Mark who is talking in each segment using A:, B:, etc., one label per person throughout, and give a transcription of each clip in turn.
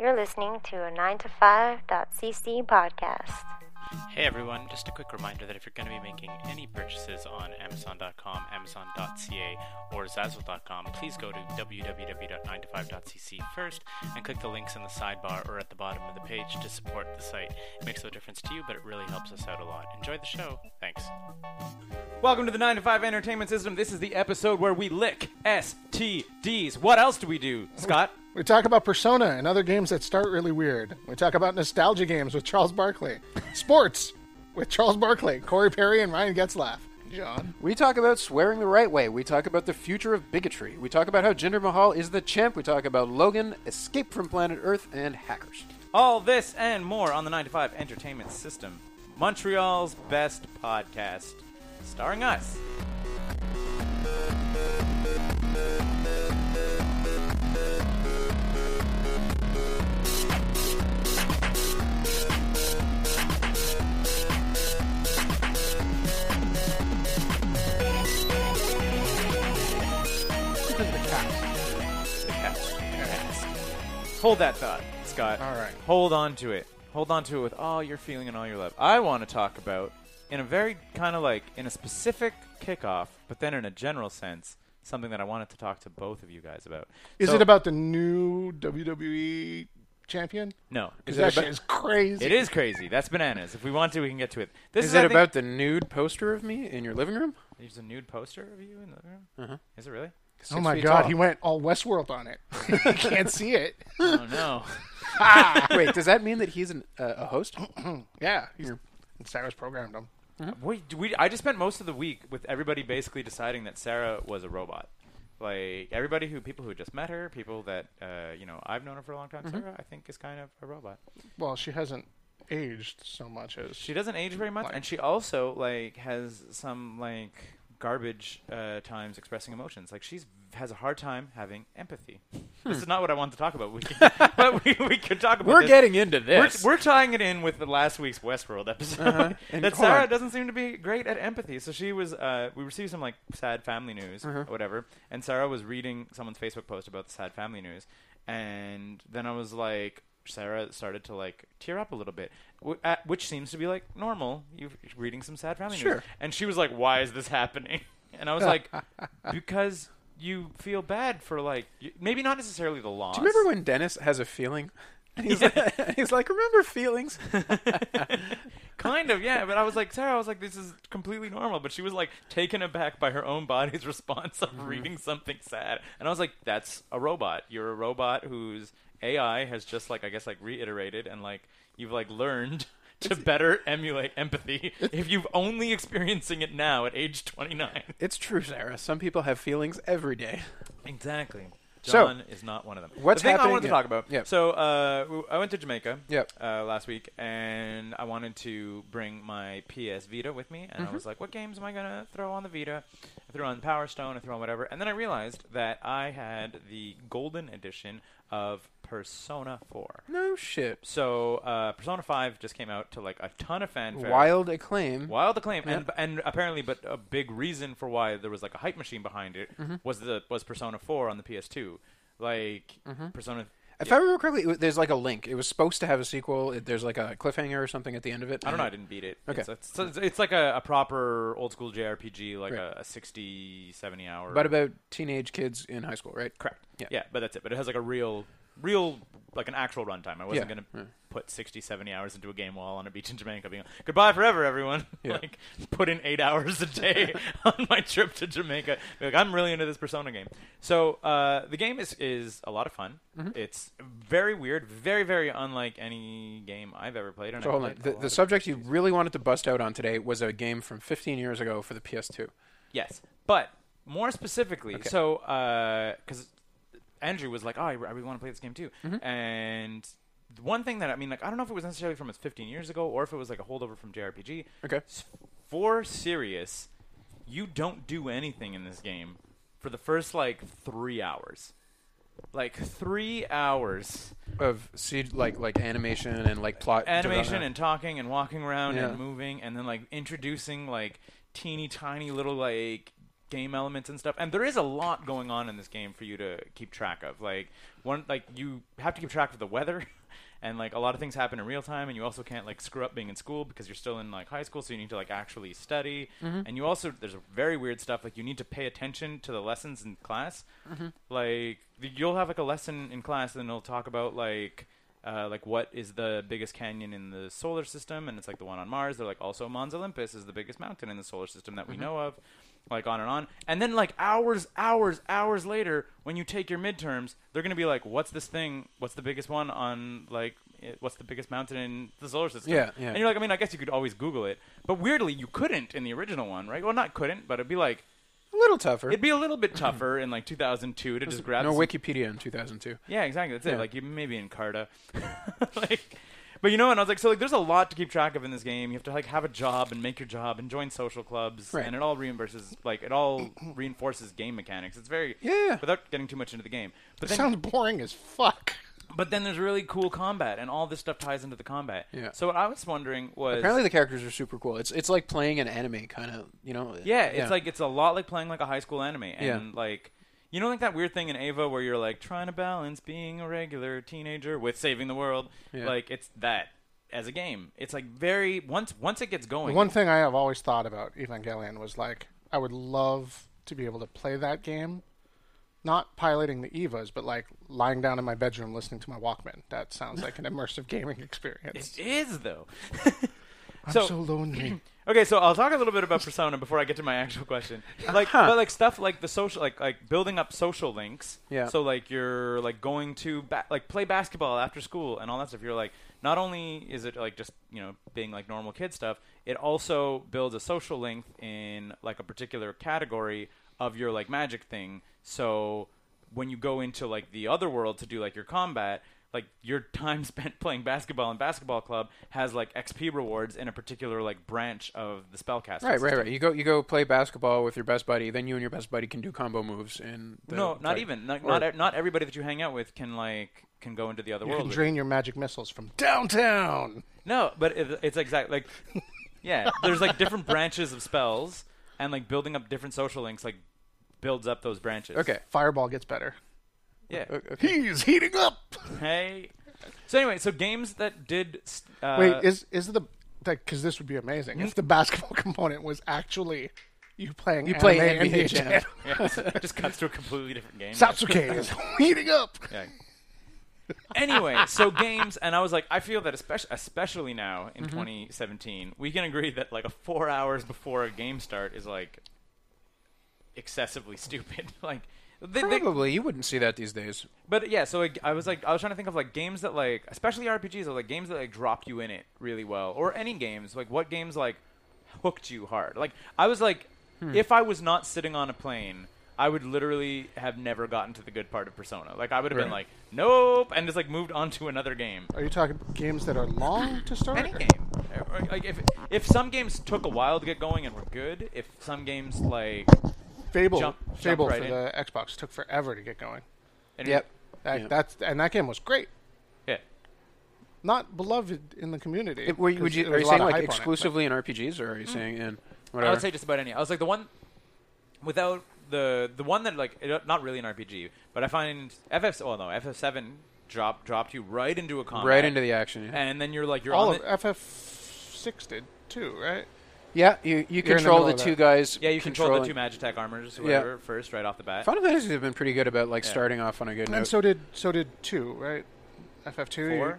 A: You're listening to a 9to5.cc podcast.
B: Hey everyone, just a quick reminder that if you're going to be making any purchases on Amazon.com, Amazon.ca, or Zazzle.com, please go to www.9to5.cc first and click the links in the sidebar or at the bottom of the page to support the site. It makes no difference to you, but it really helps us out a lot. Enjoy the show. Thanks.
C: Welcome to the 9 to 5 Entertainment System. This is the episode where we lick STDs. What else do we do, Scott?
D: We talk about Persona and other games that start really weird. We talk about nostalgia games with Charles Barkley. Sports with Charles Barkley, Corey Perry, and Ryan Getzlaff. John.
E: We talk about swearing the right way. We talk about the future of bigotry. We talk about how Jinder Mahal is the champ. We talk about Logan, Escape from Planet Earth, and hackers.
C: All this and more on the 9 to 5 Entertainment System, Montreal's best podcast, starring us. Hold that thought, Scott.
D: All right.
C: Hold on to it. Hold on to it with all your feeling and all your love. I want to talk about, in a very kind of like, in a specific kickoff, but then in a general sense, something that I wanted to talk to both of you guys about.
D: Is
C: So-
D: it about the new WWE champion?
C: No.
D: Because
C: Is it
D: that
C: about-
D: shit is crazy.
C: It is crazy. That's bananas. If we want to, we can get to it. This
E: Is,
C: is,
E: it
C: I think- Oh
E: about the nude poster of me in your living room?
C: There's a nude poster of you in the living room.
E: Uh-huh.
C: Is it really?
D: Oh
E: Six
D: my
E: feet
D: god,
E: tall.
D: he went all Westworld on it. you can't see it.
C: oh no.
E: Wait, does that mean that he's an, uh, a host?
D: Hmm. Yeah. He's, Cyrus programmed him.
E: Mm-hmm.
C: We, we, I just spent most of the week with everybody basically deciding that Sarah was a robot. Like everybody who people who just met her, people that uh, you know I've known her for a long time.
E: Mm-hmm.
C: Sarah, I think, is kind of a robot.
D: Well, she hasn't aged so much as
C: She doesn't age very much,
D: Like-
C: and she also like has some like garbage uh, times expressing emotions. Like she's has a hard time having empathy. This is not what I wanted to talk about. We can, but we, we could talk about.
E: Hmm. We're
C: this.
E: getting into
C: We're,
E: this. Uh-huh.
C: we're tying it in with the last week's Westworld episode.
E: And
C: that
E: hold on.
C: Sarah doesn't seem to be great at empathy. So she was, uh, we received some like sad family news
E: Mm-hmm.
C: or whatever, and Sarah was reading someone's Facebook post about the sad family news, and then I was like, Sarah started to like tear up a little bit, w- at, which seems to be like normal. You're reading some sad family news,
E: Sure.
C: and she was like, "Why is this happening?" And I was like, "Because." You feel bad for like y- maybe not necessarily the loss.
E: Do you remember when Dennis has a feeling? And he's, like, he's like, remember feelings?
C: kind of, yeah. But I was like, Sarah, I was like, this is completely normal. But she was like taken aback by her own body's response of reading something sad. And I was like, that's a robot. You're a robot whose AI has just like, I guess, like reiterated and like you've like learned. To better emulate empathy, if you've only experiencing it now at age 29.
E: It's true, Sarah. Some people have feelings every day.
C: Exactly.
E: So-
C: John is not one of them.
E: What's
C: the thing I
E: happening-
C: wanted to
E: yeah,
C: talk about?
E: yeah.
C: So uh, w- I went to Jamaica
E: Yep.
C: uh, last week, and I wanted to bring my PS Vita with me. And I
E: Mm-hmm.
C: was like, what games am I going to throw on the Vita? I threw on Power Stone, I threw on whatever. And then I realized that I had the golden edition of Persona 4.
E: No shit.
C: So uh, Persona 5 just came out to like a ton of fanfare.
E: Wild acclaim.
C: Wild acclaim, and and apparently, but a big reason for why there was like a hype machine behind it
E: Mm-hmm.
C: was the was Persona 4 on the PS2, like Persona.
E: Mm-hmm. If I remember correctly, it, wa- there's like a link. It was supposed to have a sequel. It, there's like a cliffhanger or something at the end of it.
C: I don't know. I didn't beat it.
E: Okay.
C: It's, it's, it's- it's like a, a proper old school JRPG, like
E: Right.
C: a, a 60, 70 hour.
E: But about teenage kids in high school, right?
C: correct. Yeah.
E: Yeah.
C: but that's it. But it has like a real, real, like an actual runtime. I wasn't
E: Yeah.
C: gonna put 60, 70 hours into a game while on a beach in Jamaica, being like, goodbye forever, everyone.
E: Yeah.
C: like put in eight hours a day on my trip to Jamaica. Be like, I'm really into this Persona game. So uh, the game is is a lot of fun.
E: Mm-hmm.
C: It's very weird, very very unlike any game I've ever played. And
E: So
C: I've
E: hold on.
C: played a
E: The,
C: lot
E: the
C: of-
E: subject you really wanted to bust out on today was a game from 15 years ago for the PS2.
C: Yes, but more specifically,
E: Okay.
C: so because Andrew was like, "Oh, I, I really want to play this game too,"
E: Mm-hmm.
C: and the one thing that I mean, like, I don't know if it was necessarily from its 15 years ago or if it was like a holdover from JRPG.
E: Okay.
C: S- for serious, you don't do anything in this game for the first like three hours, like three hours.
E: Of see, like like animation and like plot
C: animation
E: development.
C: and talking and walking around
E: Yeah.
C: and moving and then like introducing like teeny tiny little like game elements and stuff. And there is a lot going on in this game for you to keep track of. Like one, like you have to keep track of the weather, and like a lot of things happen in real time. And you also can't like screw up being in school because you're still in like high school, so you need to like actually study.
E: Mm-hmm.
C: And you also there's very weird stuff like you need to pay attention to the lessons in class.
E: Mm-hmm.
C: Like you'll have like a lesson in class, and it'll talk about like uh, like what is the biggest canyon in the solar system and it's like the one on mars they're like also mons olympus is the biggest mountain in the solar system that we
E: Mm-hmm.
C: know of like on and on and then like hours hours hours later when you take your midterms they're gonna be like what's this thing what's the biggest one on like i- what's the biggest mountain in the solar system
E: Yeah, yeah.
C: and you're like i mean i guess you could always google it but weirdly you couldn't in the original one right well not couldn't but it'd be like
E: A little tougher.
C: it'd be a little bit tougher in like 2002 to just grab
E: no
C: some
E: Wikipedia in 2002.
C: yeah, exactly. That's
E: Yeah.
C: it. Like you maybe in Carta. like but you know, and I was like, so like there's a lot to keep track of in this game. You have to like have a job and make your job and join social clubs
E: Right.
C: and it all reimburses like it all reinforces game mechanics. It's very
E: Yeah.
C: without getting too much into the game. But then
D: Sounds boring as fuck.
C: but then there's really cool combat and all this stuff ties into the combat.
E: Yeah.
C: So what I was wondering was
E: Apparently the characters are super cool. It's it's like playing an anime kind of, you know.
C: Yeah, it's like it's a lot like playing like a high school anime, and
E: Yeah.
C: like you know, like that weird thing in Ava where you're like trying to balance being a regular teenager with saving the world.
E: Yeah.
C: Like it's that as a game. It's like very once once it gets going.
D: One thing I have always thought about Evangelion was like, I would love to be able to play that game, not piloting the Evas, but like lying down in my bedroom listening to my Walkman. That sounds like an immersive gaming experience.
C: it is though.
D: I'm
C: so-
D: so, lonely.
C: Okay, so I'll talk a little bit about Persona before I get to my actual question. Like,
E: Uh-huh.
C: but like stuff like the social, like like building up social links.
E: Yeah.
C: So like you're like going to ba- like play basketball after school and all that stuff. You're like, not only is it like just you know being like normal kid stuff, it also builds a social link in like a particular category of your like magic thing. So when you go into like the other world to do like your combat like your time spent playing basketball in basketball club has like xp rewards in a particular like branch of the spellcaster
E: Right, right,
C: system.
E: right. You go, you go play basketball with your best buddy. Then you and your best buddy can do combo moves. And
C: no not even not, not e- not everybody that you hang out with can like can go into the other
D: You
C: world
D: can
C: with.
D: drain your magic missiles from downtown.
C: no but it, it's exactly like yeah there's like different branches of spells and like building up different social links like builds up those branches
E: Okay.
D: Fireball gets better.
C: yeah
D: He's heating up.
C: hey so anyway so games that did s- uh,
D: Wait, is is the because this would be amazing if the basketball component was actually you playing
E: You play
D: anime
E: NBA
D: NBA
E: Jam.
D: Jam.
C: yeah, it just cuts to a completely different game
D: Satsuke is heating up.
C: Yeah. anyway, so games, and I was like, I feel that especially, especially now in 2017, we can agree that like a four hours before a game start is like excessively stupid. like, they, they,
E: Probably you wouldn't see that these days.
C: but yeah, so like, I was like, I was trying to think of like games that like, especially RPGs, or like games that like drop you in it really well, or any games. Like what games like hooked you hard? Like I was like, if I was not sitting on a plane, I would literally have never gotten to the good part of Persona. Like I would have been like, nope, and just like moved on to another game.
D: Are you talking games that are long to start?
C: Any
D: or-
C: game. Or, Like if if some games took a while to get going and were good, if some games like
D: Fable,
C: Jump- jump
D: Fable
C: right
D: for
C: in.
D: the Xbox took forever to get going.
C: and-
E: Yep.
D: That,
E: Yeah.
D: That's and that game was great.
C: yeah.
D: Not beloved in the community.
E: It- Mm. were you-
D: 'cause
E: would you-
D: there
E: are
D: was
E: you
D: a lot
E: saying
D: of
E: like
D: hype on it, but-
E: exclusively in RPGs, or are you saying in whatever?
C: I would say just about any. I was like the one without the the one that like it, not really an RPG, but I find FF. Oh no, FF seven drop dropped you right into a combat,
E: right into the action. Yeah,
C: and then you're like you're
D: all
C: on
D: of
C: the-
D: FF six did too, right?
E: yeah you, you
D: the
E: control
D: middle
E: the,
D: of
E: two
D: that.
E: guys.
C: yeah you control the
E: controlling-
C: two magic attack armors or
E: Yeah.
C: whatever first right off the bat.
E: Final Fantasies have been pretty good about like starting off on a good
D: And
E: note.
D: so did so did two, right? FF two.
C: Four.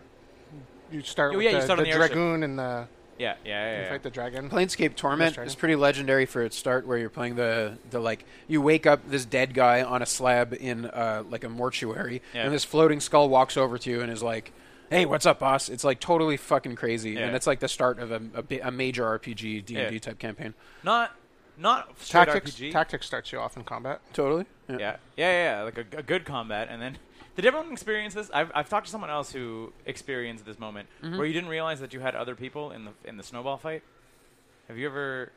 D: You, you start
C: Oh,
D: with
C: yeah, you
D: the,
C: start on
D: the
C: the airship.
D: dragoon and the
C: Yeah, yeah, yeah.
D: you
C: yeah.
D: fight the dragon.
E: Planescape Torment
D: Nice
E: is
D: try.
E: pretty legendary for its start, where you're playing the the like you wake up this dead guy on a slab in uh, like a mortuary,
C: Yeah.
E: and this floating skull walks over to you and is like, "Hey, what's up, boss?" It's like totally fucking crazy,
C: Yeah.
E: and that's like the start of a, a, bi- a major RPG D and
C: Yeah.
E: D type campaign.
C: not not straight
D: Tactics.
C: RPG.
D: Tactics starts you off in combat.
E: Totally,
C: yeah, yeah, yeah, yeah, like a, a good combat, and then did everyone experience this? I've, I've talked to someone else who experienced this moment where you didn't realize that you had other people in the in the snowball fight. Have you ever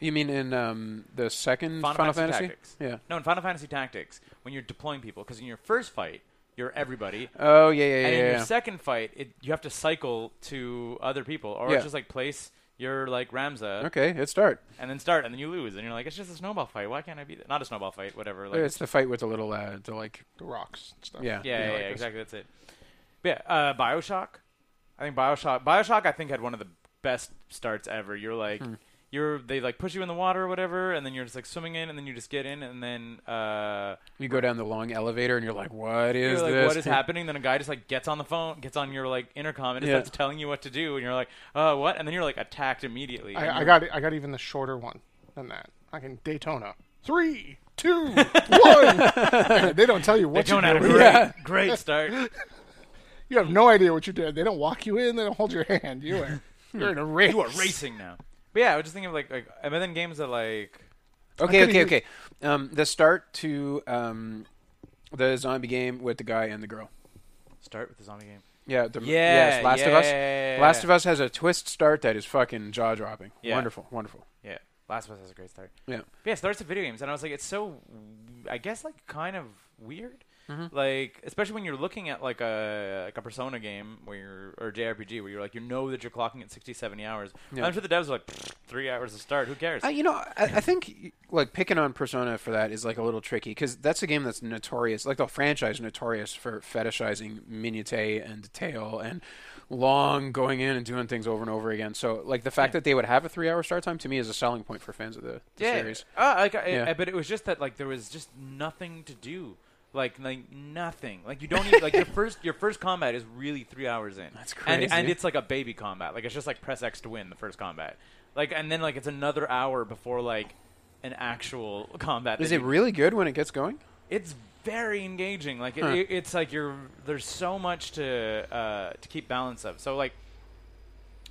E: You mean in um, the second
C: Final, Fantasy, Tactics?
E: Yeah.
C: No, in Final Fantasy Tactics, when you're deploying people, because in your first fight you're everybody,
E: Oh yeah, yeah,
C: and
E: yeah.
C: in
E: yeah,
C: your second fight it, you have to cycle to other people, or
E: Yeah.
C: just like place You're like Ramza,
E: Okay, hit start.
C: and then start, and then you lose, and you're like, it's just a snowball fight. Why can't I be there? Not a snowball fight, whatever. Like,
E: it's the fight with the little, uh, the like,
D: The rocks and stuff.
E: yeah,
C: yeah, yeah,
D: like
C: yeah,
D: this.
C: exactly. That's it. But yeah, uh, Bioshock. I think Bioshock. Bioshock. I think had one of the best starts ever. You're like,
E: Hmm.
C: you're they like push you in the water or whatever, and then you're just like swimming in, and then you just get in, and then uh,
E: You go down the long elevator and you're like, what
C: you're
E: is
C: like,
E: this?
C: what is happening? Then a guy just like gets on the phone, gets on your like intercom, and just
E: Yeah.
C: starts telling you what to do, and you're like, oh, what? And then you're like attacked immediately. And
D: I, I
C: you're-
D: got I got even the shorter one than that. I can Daytona. Three, two, one. And they don't tell you what
C: They don't
D: you
C: have a
D: did.
C: great,
E: Yeah.
C: great start.
D: You have no idea what you did. They don't walk you in. They don't hold your hand. You are you're in a race.
C: you are racing now. But yeah, I was just thinking of like, like and then games that like
E: Okay,
D: could've
E: okay,
D: used-
E: okay. Um, the start to um, the zombie game with the guy and the girl.
C: start with the zombie game.
E: Yeah, the,
C: Yeah,
E: yes, Last of Us.
C: yeah, yeah, yeah,
E: Last
C: yeah.
E: of Us has a twist start that is fucking jaw dropping.
C: Yeah.
E: Wonderful, wonderful.
C: Yeah, Last of Us has a great start.
E: Yeah.
C: But yeah, it starts with video games, and I was like, it's so, I guess, like kind of weird. Like, especially when you're looking at like a like a Persona game where you're, or JRPG where you're like you know that you're clocking at 60, 70 hours.
E: Yeah.
C: I'm sure the devs are like "Pfft, three hours to start. Who cares?
E: Uh, you know, I, I think like picking on Persona for that is like a little tricky because that's a game that's notorious, like the franchise notorious for fetishizing minutiae and detail and long going in and doing things over and over again. So like the fact that they would have a three hour start time to me is a selling point for fans of the, the
C: yeah.
E: series.
C: Uh, like, I,
E: Yeah.
C: I- but it was just that like there was just nothing to do. Like like nothing. Like you don't even like your first your first combat is really three hours in.
E: That's
C: And, and
E: crazy.
C: it's like a baby combat. Like it's just like press X to win the first combat. Like and then like it's another hour before like an actual combat.
E: Is
C: that
E: it
C: you-
E: really good when it gets going?
C: it's very engaging. Like it,
E: Huh.
C: it- it's like you're there's so much to uh, to keep balance of. So like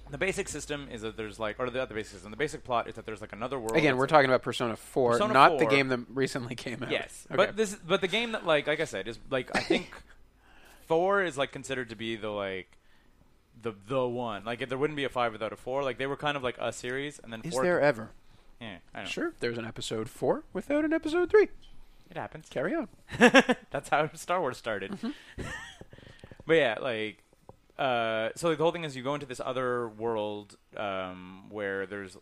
C: the basic system is that there's like or the other basic system. The basic plot is that there's like another world.
E: Again,
C: Oh, that's,
E: we're
C: like,
E: talking about Persona 4,
C: Persona
E: not
C: 4.
E: the game that recently came out.
C: Yes,
E: Okay.
C: but this but the game that like like I said is like I think four is like considered to be the like the the one. Like if there wouldn't be a five without a four. Like they were kind of like a series, and then
E: is
C: four.
E: there ever?
C: yeah, I know.
E: Sure, there's an episode 4 without an episode 3.
C: It happens.
E: Carry on.
C: That's how Star Wars started. but yeah, like, uh, so like, the whole thing is you go into this other world um, where there's.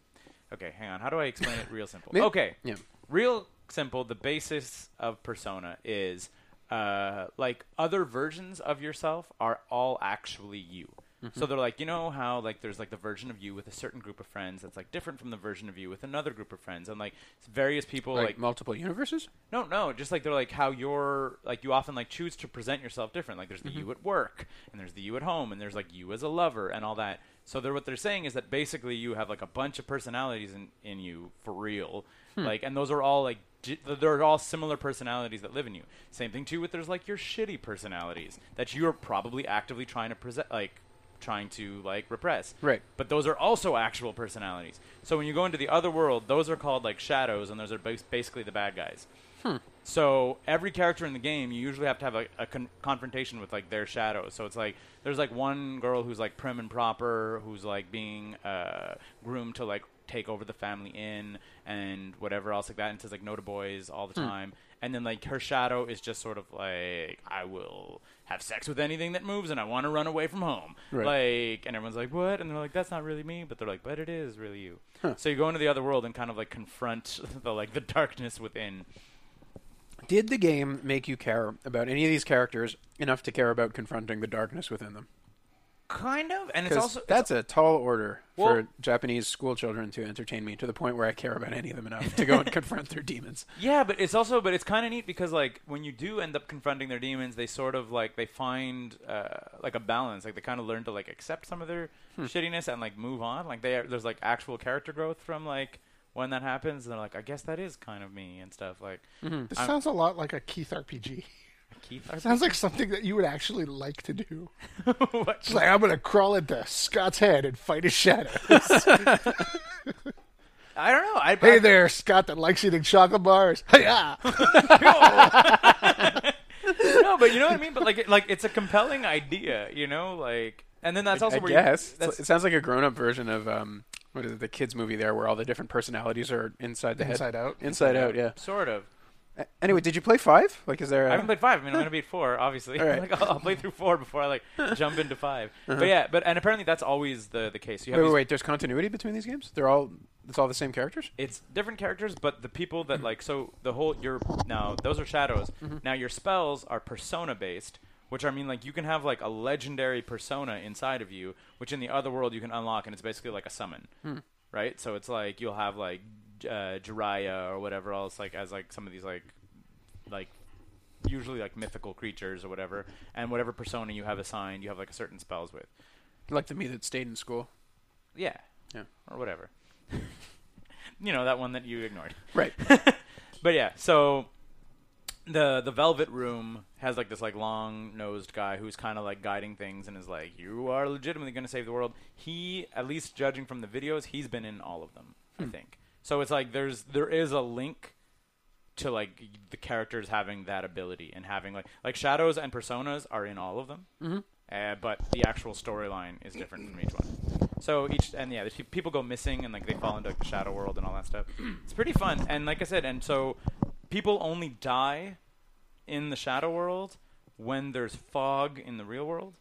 C: Okay, hang on. How do I explain it real simple?
E: Maybe-
C: Okay.
E: yeah.
C: Real simple, the basis of Persona is uh, like other versions of yourself are all actually you. So they're like, you know how like there's like the version of you with a certain group of friends that's like different from the version of you with another group of friends, and like various people
E: Like,
C: like
E: multiple universes?
C: no, no, just like they're like how you're like you often like choose to present yourself different. Like there's the you at work, and there's the you at home, and there's like you as a lover and all that. So they're what they're saying is that basically you have like a bunch of personalities in in you for real. Like and those are all like di- they're all similar personalities that live in you. Same thing too with there's like your shitty personalities that you're probably actively trying to present like trying to like repress.
E: Right.
C: But those are also actual personalities. So when you go into the other world, those are called like shadows, and those are bas- basically the bad guys. So every character in the game, you usually have to have a, a con- confrontation with like their shadow. So it's like there's like one girl who's like prim and proper, who's like being uh, groomed to like take over the family inn and whatever else like that, and says like no to boys all the time. And then like her shadow is just sort of like I will have sex with anything that moves, and I want to run away from home. Like, and everyone's like, "What?" And they're like, "That's not really me," but they're like, "But it is really you." So you go into the other world and kind of like confront the like the darkness within.
E: Did the game make you care about any of these characters enough to care about confronting the darkness within them?
C: Kind of, and it's
E: 'Cause
C: also
E: that's a tall order
C: Well-
E: for Japanese school children to entertain me to the point where I care about any of them enough to go and confront their demons.
C: yeah, but it's also but it's kind of neat because like when you do end up confronting their demons, they sort of like they find uh, like a balance, like they kind of learn to like accept some of their
E: Hmm.
C: shittiness and like move on. Like they are, there's like actual character growth from like when that happens, and they're like, I guess that is kind of me and stuff. Like
E: Mm-hmm.
D: This sounds a lot like a Keith RPG.
C: Keith,
D: Sounds like something that you would actually like to do.
C: what?
D: It's like I'm gonna crawl into Scott's head and fight his shadows.
C: I don't know. I,
D: hey
C: I-
D: there, Scott that likes eating chocolate bars. Yeah.
C: no, but you know what I mean. But like, it- like it's a compelling idea, you know. Like, and then that's also
E: I
C: where
E: guess
C: you,
E: It's-
C: that's
E: it sounds like a grown-up version of um, what is it, the kids movie there, where all the different personalities are inside the
D: Inside
E: head.
D: Out.
E: Inside Out, yeah.
C: sort of.
E: A- Anyway, did you play five? Like, is there?
C: I
E: A,
C: haven't played five. I mean, I'm gonna beat four, obviously.
E: All right. Uh-huh.
C: like, oh, I'll, I'll play through four before I like jump into 5 But yeah, but and apparently that's always the the case. You have
E: wait, wait,
C: these-
E: wait. There's continuity between these games. They're all it's all the same characters.
C: It's different characters, but the people that like so the whole your now those are shadows. Now your spells are persona based, which I mean like you can have like a legendary persona inside of you, which in the other world you can unlock, and it's basically like a summon, right? So it's like you'll have like J- uh, Jiraiya or whatever else like as like some of these like like usually like mythical creatures or whatever, and whatever persona you have assigned, you have like a certain spells with.
E: Like the me that stayed in school.
C: Yeah.
E: Yeah.
C: Or whatever. you know, that one that you ignored.
E: Right.
C: But yeah, so the the Velvet Room has like this like long nosed guy who's kind of like guiding things and is like, "You are legitimately going to save the world." He, at least judging from the videos, he's been in all of them, I think. So it's like there's there is a link to like the characters having that ability and having like like shadows and personas are in all of them. Mm-hmm. Uh, but the actual storyline is different from each one. So each and yeah, there's pe- people go missing and like they fall into like, the shadow world and all that stuff. It's pretty fun. And like I said, and so people only die in the shadow world when there's fog in the real world.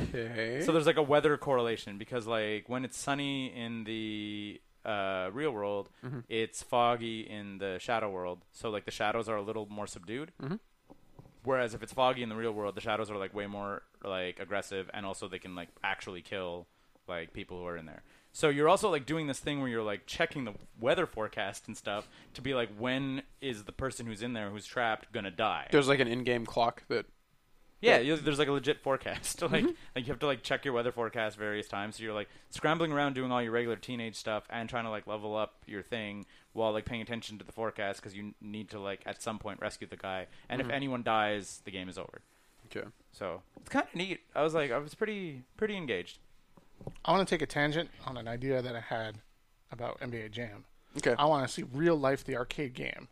E: Okay.
C: So there's like a weather correlation because like when it's sunny in the uh, real world, it's foggy in the shadow world. So like the shadows are a little more subdued. Whereas if it's foggy in the real world, the shadows are like way more like aggressive, and also they can like actually kill like people who are in there. So you're also like doing this thing where you're like checking the weather forecast and stuff to be like when is the person who's in there who's trapped gonna die?
E: there's like an in-game clock that.
C: Yeah, you, there's like a legit forecast.
D: Mm-hmm.
C: like, like you have to like check your weather forecast various times. So you're like scrambling around doing all your regular teenage stuff and trying to like level up your thing while like paying attention to the forecast because you n- need to like at some point rescue the guy. And
D: Mm-hmm.
C: if anyone dies, the game is over.
E: Okay.
C: So it's kind of neat. I was like, I was pretty pretty engaged.
D: I want to take a tangent on an idea that I had about NBA Jam.
E: Okay.
D: I want to see real life the arcade game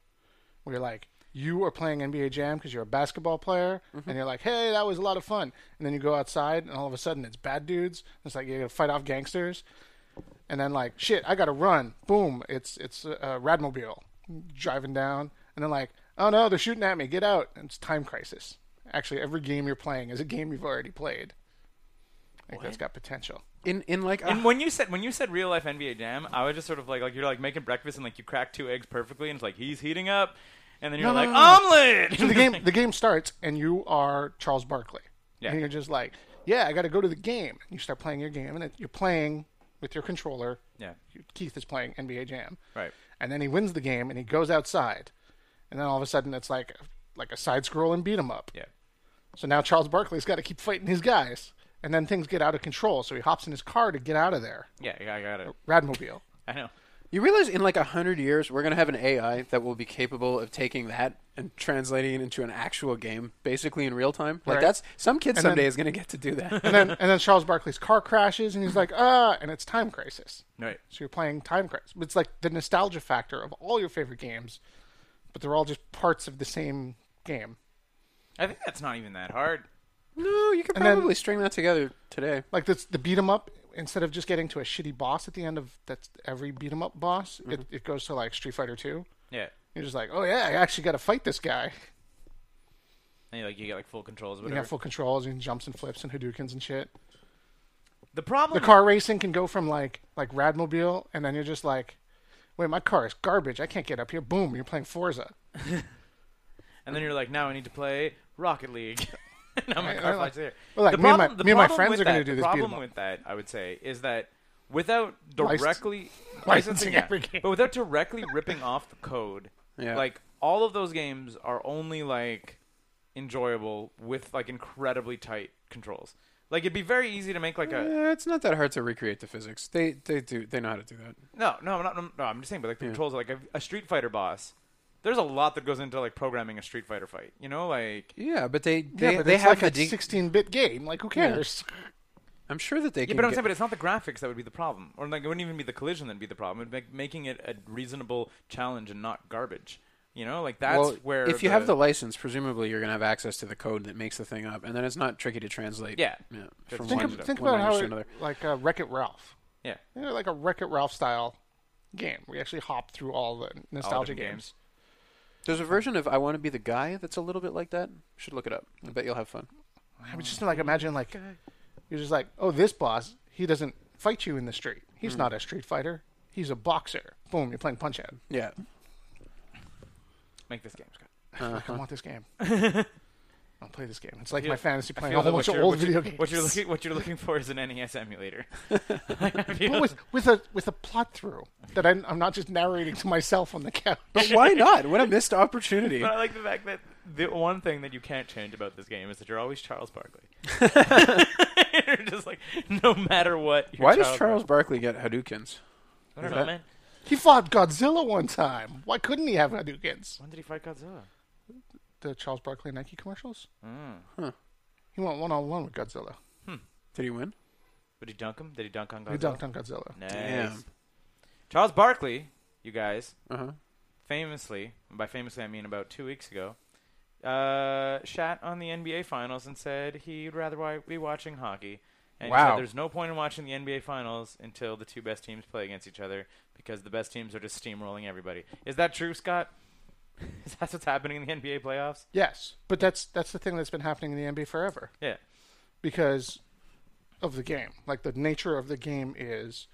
D: where you're like, you are playing NBA Jam because you're a basketball player, and you're like, hey, that was a lot of fun. And then you go outside, and all of a sudden it's bad dudes. It's like you gotta fight off gangsters, and then like, shit, I gotta run. Boom, it's it's a, a radmobile driving down, and then like, oh no, they're shooting at me. Get out! And it's Time Crisis. Actually, every game you're playing is a game you've already played. I think that's got potential.
E: In in like
D: Ah.
E: a,
C: And when you said when you said real life NBA Jam, I was just sort of like like you're like making breakfast and like you crack two eggs perfectly and it's like he's heating up, and then you're
D: No, no,
C: like
D: no, no.
C: omelet.
D: So the game the game starts and you are Charles Barkley.
C: Yeah.
D: And you're just like, yeah, I got to go to the game. And you start playing your game and it, you're playing with your controller.
C: Yeah.
D: Keith is playing NBA Jam.
C: Right.
D: And then he wins the game and he goes outside. And then all of a sudden it's like like a side scroll and beat him up.
C: Yeah.
D: So now Charles Barkley's got to keep fighting his guys. And then things get out of control, so he hops in his car to get out of there.
C: Yeah, I got
D: Oh.
C: it.
D: Radmobile.
C: I know.
E: you realize in like a hundred years we're gonna have an AI that will be capable of taking that and translating it into an actual game, basically in real time. Like
D: Right.
E: that's some kid someday
D: then-
E: is gonna get to do that.
D: And then and then Charles Barkley's car crashes and he's like, "Ah," and it's time crisis.
C: Right.
D: So you're playing Time Crisis. It's like the nostalgia factor of all your favorite games, but they're all just parts of the same game.
C: I think that's not even that hard.
E: no, you could
D: And then-
E: probably string that together today.
D: Like this, the beat 'em up. Instead of just getting to a shitty boss at the end of that's every beat 'em up boss, it,
E: Mm-hmm.
D: it goes to like Street Fighter Two.
C: Yeah.
D: You're just like, oh yeah, I actually got to fight this guy.
C: And you, like you get like full controls,
D: You
C: whatever.
D: got full controls and jumps and flips and Hadoukens and shit.
C: the problem,
D: The car racing can go from like like Radmobile, and then you're just like, wait, my car is garbage. I can't get up here. Boom, you're playing Forza.
C: and then you're like, now I need to play Rocket League. now my
D: Right,
C: car
D: right,
C: flies
D: like-
C: here.
D: well, like,
C: the
D: me and my-
C: problem- the
D: me and my
C: problem
D: friends
C: with
D: are gonna
C: that-
D: do
C: the
D: this beat 'em
C: problem
D: up.
C: with that, I would say, is that without
D: License-
C: directly
D: licensing
C: yeah,
D: every game.
C: but without directly ripping off the code,
E: Yeah.
C: like all of those games are only like enjoyable with like incredibly tight controls. Like it'd be very easy to make like a
E: Eh, it's not that hard to recreate the physics. They they do they know how to do that.
C: No, no, I'm not, no, no, I'm just saying, but like the controls, like a, a Street Fighter boss, there's a lot that goes into like programming a Street Fighter fight. You know, like
E: Yeah, but they they,
D: yeah, but
E: they
D: it's
E: have
D: like
E: the.
D: a 16-bit game. Like, who
E: Yeah.
D: cares?
E: I'm sure that they
C: yeah,
E: can.
C: but I'm
E: get-
C: saying, but it's not the graphics that would be the problem, or like it wouldn't even be the collision that'd be the problem. It'd make making it a reasonable challenge and not garbage. You know, like that's
E: well,
C: where
E: if you have the license, presumably you're going to have access to the code that makes the thing up, and then it's not tricky to translate.
C: Yeah.
E: from
D: Think,
E: one,
D: of, think
E: one
D: about how,
E: language to
D: it,
E: another.
D: like uh, Wreck It Ralph.
C: yeah,
D: You know, like a Wreck It Ralph style game. We actually hop through all the
C: all
D: nostalgia
C: different
D: games.
E: There's a version of I Want to Be the Guy that's a little bit like that. You should look it up. I bet you'll have fun.
D: I would just like imagine like you're just like, oh, this boss, he doesn't fight you in the street. He's
C: Hmm.
D: not a street fighter. He's a boxer. Boom, you're playing Punch Out.
E: Yeah.
C: Make this game, Scott. Uh-huh.
D: I want this game. I'll play this game. It's like my fantasy
C: I
D: playing
C: feel
D: a whole
C: that
D: bunch
C: what
D: of
C: you're-
D: old
C: what
D: video
C: you-
D: games.
C: What you're looking, what you're looking for is an NES emulator. I feel-
D: But with, with a with a plot through that I'm, I'm not just narrating to myself on the couch.
E: But why not? What a missed opportunity.
C: but I like the fact that the one thing that you can't change about this game is that you're always Charles Barkley. you're just like, no matter what. You're
E: Why does Charles Barkley get Hadoukens?
C: Barkley. I don't
E: that-
C: know, man.
D: He fought Godzilla one time. Why couldn't he have Hadoukens?
C: When did he fight Godzilla?
D: The Charles Barkley Nike commercials. He went one on one with Godzilla.
E: Did he win?
C: Did he dunk him? Did he dunk on Godzilla?
D: He dunked on Godzilla.
C: Nice.
E: Damn.
C: Charles Barkley, you guys,
E: Uh-huh.
C: famously, by famously I mean about two weeks ago, uh, shat on the NBA Finals and said he'd rather wi- be watching hockey. And he
E: Wow.
C: said there's no point in watching the NBA Finals until the two best teams play against each other because the best teams are just steamrolling everybody. Is that true, Scott? Is that what's happening in the NBA playoffs?
D: Yes, but that's that's the thing that's been happening in the NBA forever.
C: Yeah.
D: because of the game. Like the nature of the game is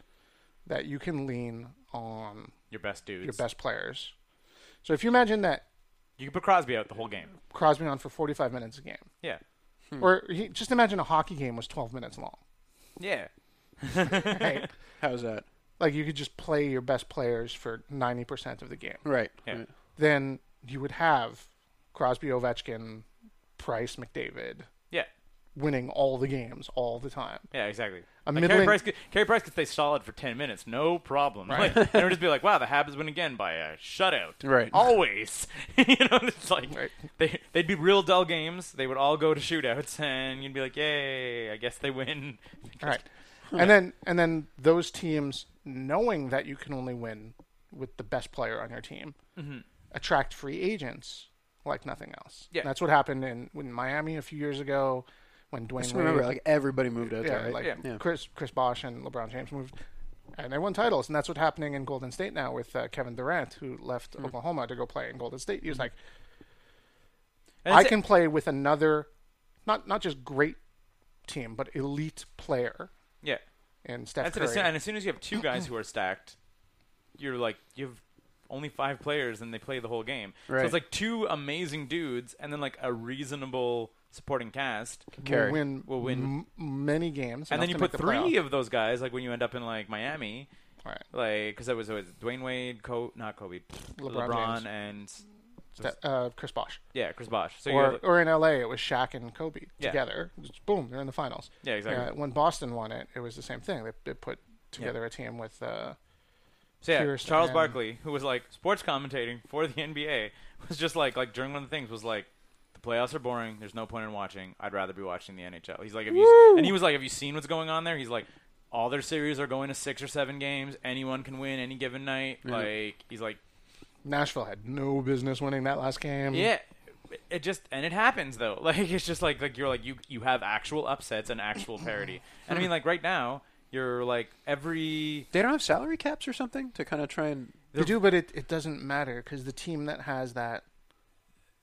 D: that you can lean on
C: Your best dudes.
D: your best players. So if you imagine that
C: You can put Crosby out the whole game.
D: Crosby on for 45 minutes a game,
C: Yeah.
D: or he, just imagine a hockey game was 12 minutes long,
C: Yeah.
D: right?
E: How's that?
D: like you could just play your best players for 90% of the game.
E: Right.
C: Yeah.
E: right.
D: Then you would have Crosby, Ovechkin, Price, McDavid
C: Yeah.
D: winning all the games all the time.
C: Yeah, exactly.
D: A
C: Like, Carey
D: middling-
C: Price, could, Carey Price could stay solid for ten minutes, no problem. Like, and it would just be like, "Wow, the Habs win again by a shutout."
E: Right.
C: Always, you know, it's like
D: Right.
C: they they'd be real dull games. They would all go to shootouts, and you'd be like, "Yay, I guess they win."
D: All right. And then and then those teams knowing that you can only win with the best player on your team
E: Mm-hmm.
D: attract free agents like nothing else.
C: Yeah.
D: That's what happened in, in Miami a few years ago when Dwayne
E: Just
D: Wade,
E: remember, like everybody moved out
D: yeah,
E: there. Right?
D: like
C: Yeah.
E: Yeah.
D: Chris Chris Bosh and LeBron James moved and they won titles and that's what's happening in Golden State now with uh, Kevin Durant who left
E: Mm-hmm.
D: Oklahoma to go play in Golden State. He was like
C: And
D: I
C: it's-
D: can play with another not not just great team but elite player
C: Yeah,
D: and Steph
C: that's it.
D: Curry.
C: As- And as soon as you have two guys who are stacked, you're like, you have only five players, and they play the whole game. So
E: Right.
C: it's like two amazing dudes, and then like a reasonable supporting cast.
E: Carey.
D: will win,
C: Will win.
D: M- many games,
C: and then you
D: enough
C: put
D: to make the
C: three
D: playoff.
C: of those guys like when you end up in like Miami,
D: Right.
C: like because that was, was Dwayne Wade, Co- not Kobe, LeBron,
D: LeBron James.
C: and
D: Sta- uh, Chris Bosh,
C: yeah, Chris Bosh. So you
D: or
C: have,
D: or in LA it was Shaq and Kobe
C: Yeah.
D: together. Just boom, they're in the finals.
C: Yeah, exactly.
D: when Boston won it, it was the same thing. They, they put together a team with uh,
C: so yeah,
D: Pierce
C: Charles
D: and-
C: Barkley, who was like sports commentating for the NBA, was just like like during one of the things was like. The playoffs are boring. There's no point in watching. I'd rather be watching the NHL. He's like, have you, and he was like, have you seen what's going on there? He's like, all their series are going to six or seven games. Anyone can win any given night. Like, he's like,
D: Nashville had no business winning that last game.
C: Yeah. It just and it happens though. Like it's just like like you're like you you have actual upsets and actual parity. And I mean like right now you're like every
E: They don't have salary caps or something to kind of try and.
D: they do, but it, it doesn't matter because the team that has that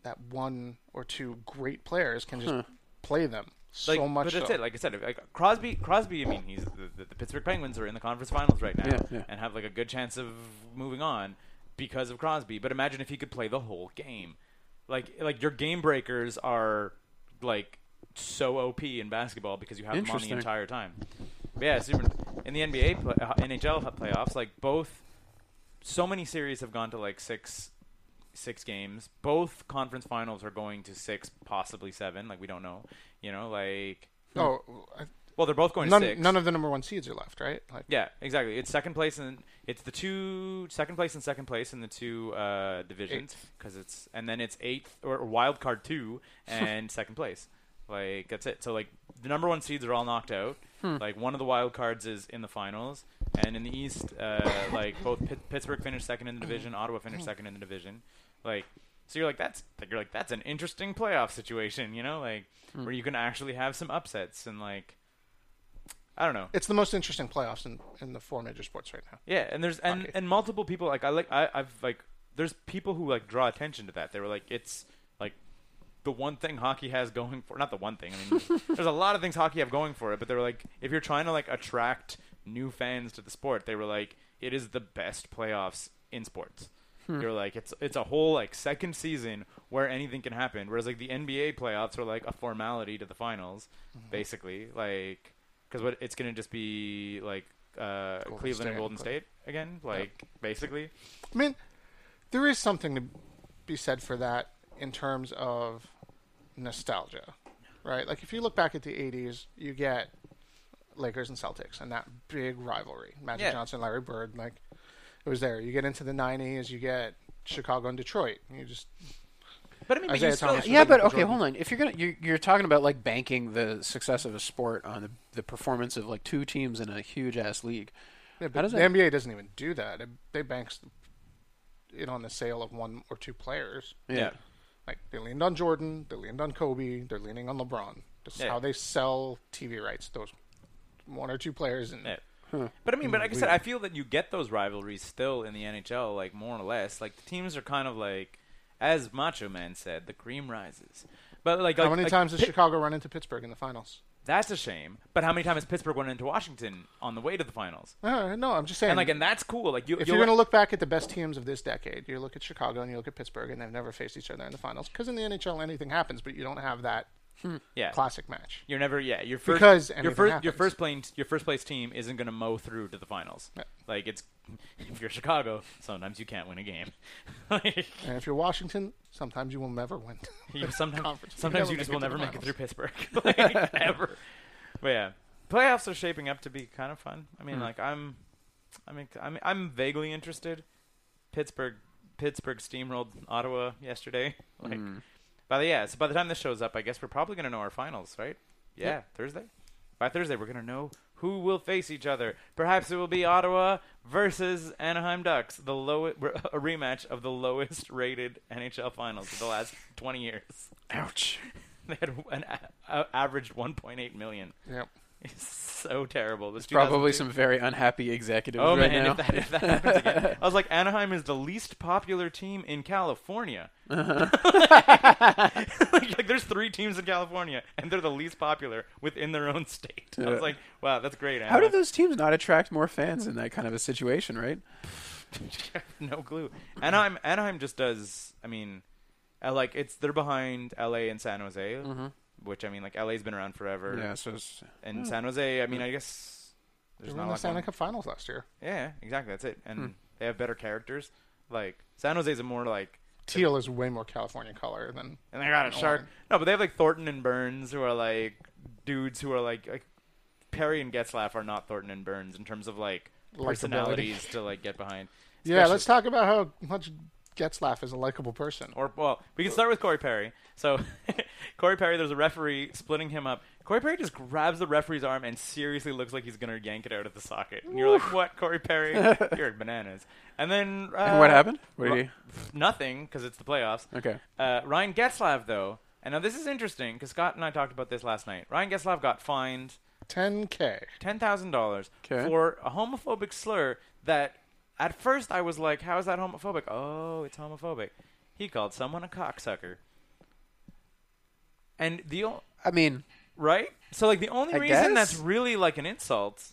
D: that one or two great players can just play them
C: like
D: so much.
C: but that's
D: so.
C: it. Like I said, like Crosby Crosby I mean he's the, the, the Pittsburgh Penguins are in the conference finals right now
E: Yeah, yeah.
C: and have like a good chance of moving on because of Crosby. But imagine if he could play the whole game. Like like your game breakers are like so OP in basketball because you have them on the
E: Interesting.
C: entire time. But yeah, super. In the NBA, play, uh, NHL playoffs, like both, so many series have gone to like six, six games. Both conference finals are going to six, possibly seven. Like we don't know. You know, like
D: oh,
C: hmm.
D: I-
C: well, they're both going to
D: none,
C: six.
D: none of the number one seeds are left, right? Like
C: Yeah, exactly. It's second place and it's the two second place and second place in the two uh, divisions because it's and then it's eighth or, or wild card two and second place. Like that's it. So like the number one seeds are all knocked out. Like one of the wild cards is in the finals, and in the East, uh, like both Pit- Pittsburgh finished second in the division, Ottawa finished second in the division. Like so, you're like that's like, you're like that's an interesting playoff situation, you know, like where you can actually have some upsets and like I don't know.
D: it's the most interesting playoffs in, in the four major sports right now.
C: Yeah, and there's and,
D: Hockey.
C: and multiple people like I like I, I've like there's people who like draw attention to that. They were like, it's like the one thing hockey has going for not the one thing. I mean, there's a lot of things hockey have going for it, but they were like, if you're trying to like attract new fans to the sport, they were like, it is the best playoffs in sports.
D: Hmm.
C: they were like, it's it's a whole like second season where anything can happen. Whereas like the NBA playoffs are like a formality to the finals,
D: Mm-hmm.
C: basically. Like because what it's gonna just be like uh, Cleveland
D: State,
C: and Golden
D: but-
C: State again, like basically.
D: I mean, there is something to be said for that in terms of nostalgia, right? Like if you look back at the '80s, you get Lakers and Celtics and that big rivalry, Magic
C: Yeah.
D: Johnson, Larry Bird, like it was there. You get into the '90s, you get Chicago and Detroit. You just
C: But I mean,
D: Isaiah Thomas.
E: yeah, but
D: Michael
E: okay,
D: Jordan.
E: hold on. If you're gonna, you're, you're talking about like banking the success of a sport on the, the performance of like two teams in a huge ass league.
D: Yeah,
E: How
D: but
E: does
D: the
E: that-
D: NBA doesn't even do that. It, they banks it on the sale of one or two players.
E: Yeah.
D: Like they leaned on Jordan, they leaned on Kobe, they're leaning on LeBron. That's
C: Yeah.
D: how they sell TV rights. Those one or two players, and
C: Yeah. But I mean, but like I said, I feel that you get those rivalries still in the NHL, like more or less. Like the teams are kind of like, as Macho Man said, the cream rises. But like,
D: how
C: like-
D: many
C: like
D: times has
C: Pit-
D: Chicago run into Pittsburgh in the finals?
C: That's a shame. But how many times has Pittsburgh went into Washington on the way to the finals?
D: Uh, no, I'm just saying.
C: And like, and that's cool. Like you,
D: if
C: you'll-
D: you're going to look back at the best teams of this decade, you look at Chicago and you look at Pittsburgh, and they've never faced each other in the finals because in the NHL anything happens, but you don't have that
C: yeah.
D: classic match.
C: You're never yeah. Your first
D: Because
C: your
D: anything
C: first your
D: happens.
C: first plane your first place team isn't going to mow through to the finals.
D: Yeah.
C: Like it's if you're Chicago, sometimes you can't win a game. like,
D: And if you're Washington, sometimes you will never win.
C: you, sometimes
D: Conference. You
C: sometimes
D: never
C: you
D: make
C: just
D: it
C: will
D: to the
C: never make it
D: finals.
C: through Pittsburgh like, ever. But yeah, playoffs are shaping up to be kind of fun. I
D: Hmm.
C: mean, like I'm, I mean, I'm I'm vaguely interested. Pittsburgh Pittsburgh steamrolled Ottawa yesterday. Like,
D: Hmm.
C: by the yeah, so by the time this shows up, I guess we're probably gonna know our finals, right? Yeah, Thursday. By Thursday, we're gonna know who will face each other. Perhaps it will be Ottawa versus Anaheim Ducks, the low a rematch of the lowest rated NHL finals of the last 20 years.
E: Ouch.
C: They had an a- a- averaged 1.8 million.
D: yep.
C: It's so terrible. It was
E: Probably
C: 2002.
E: some very unhappy executives
C: Oh
E: right
C: man,
E: now.
C: if that, if that happens again, I was like, Anaheim is the least popular team in California.
E: Uh-huh.
C: like, like, there's three teams in California, and they're the least popular within their own state. I
E: Yeah.
C: was like, wow, that's great.
E: How do
C: Anaheim.
E: those teams not attract more fans in that kind of a situation, right?
C: no clue. Anaheim, Anaheim just does. I mean, uh, like it's they're behind L.A. and San Jose,
D: Mm-hmm.
C: which I mean, like L.A.'s been around forever,
E: Yeah, so it's,
C: and San Jose. I mean, I guess
D: They
C: there's not
D: were
C: a
D: in the Hmm.
C: lot
D: Stanley
C: going-
D: Cup Finals last year.
C: Yeah, exactly. That's it. And they have better characters. Like San Jose's a more like
D: Teal is way more California color than
C: and they got a shark. No, but they have like Thornton and Burns, who are like dudes who are like, like Perry and Getzlaff are not Thornton and Burns in terms of like
D: Likability.
C: personalities to like get behind.
D: Yeah,
C: Especially-
D: let's talk about how much Getzlaff is a likable person.
C: Or well, we can start with Corey Perry. So Corey Perry, there's a referee splitting him up. Corey Perry just grabs the referee's arm and seriously looks like he's gonna yank it out of the socket. And you're like, "What, Corey Perry? you're bananas." And then uh,
E: and what happened? What did
C: Ro-
E: he?
C: Nothing, because it's the playoffs.
E: Okay.
C: Uh, Ryan Getzlav, though, and now this is interesting because Scott and I talked about this last night. Ryan Getzlav got fined
D: 10K.
C: ten thousand dollars
E: 'Kay.
C: for a homophobic slur that at first I was like, "How is that homophobic?" Oh, it's homophobic. He called someone a cocksucker, and the o-
E: I mean,
C: right. So like the only
E: I
C: reason
E: guess?
C: that's really like an insult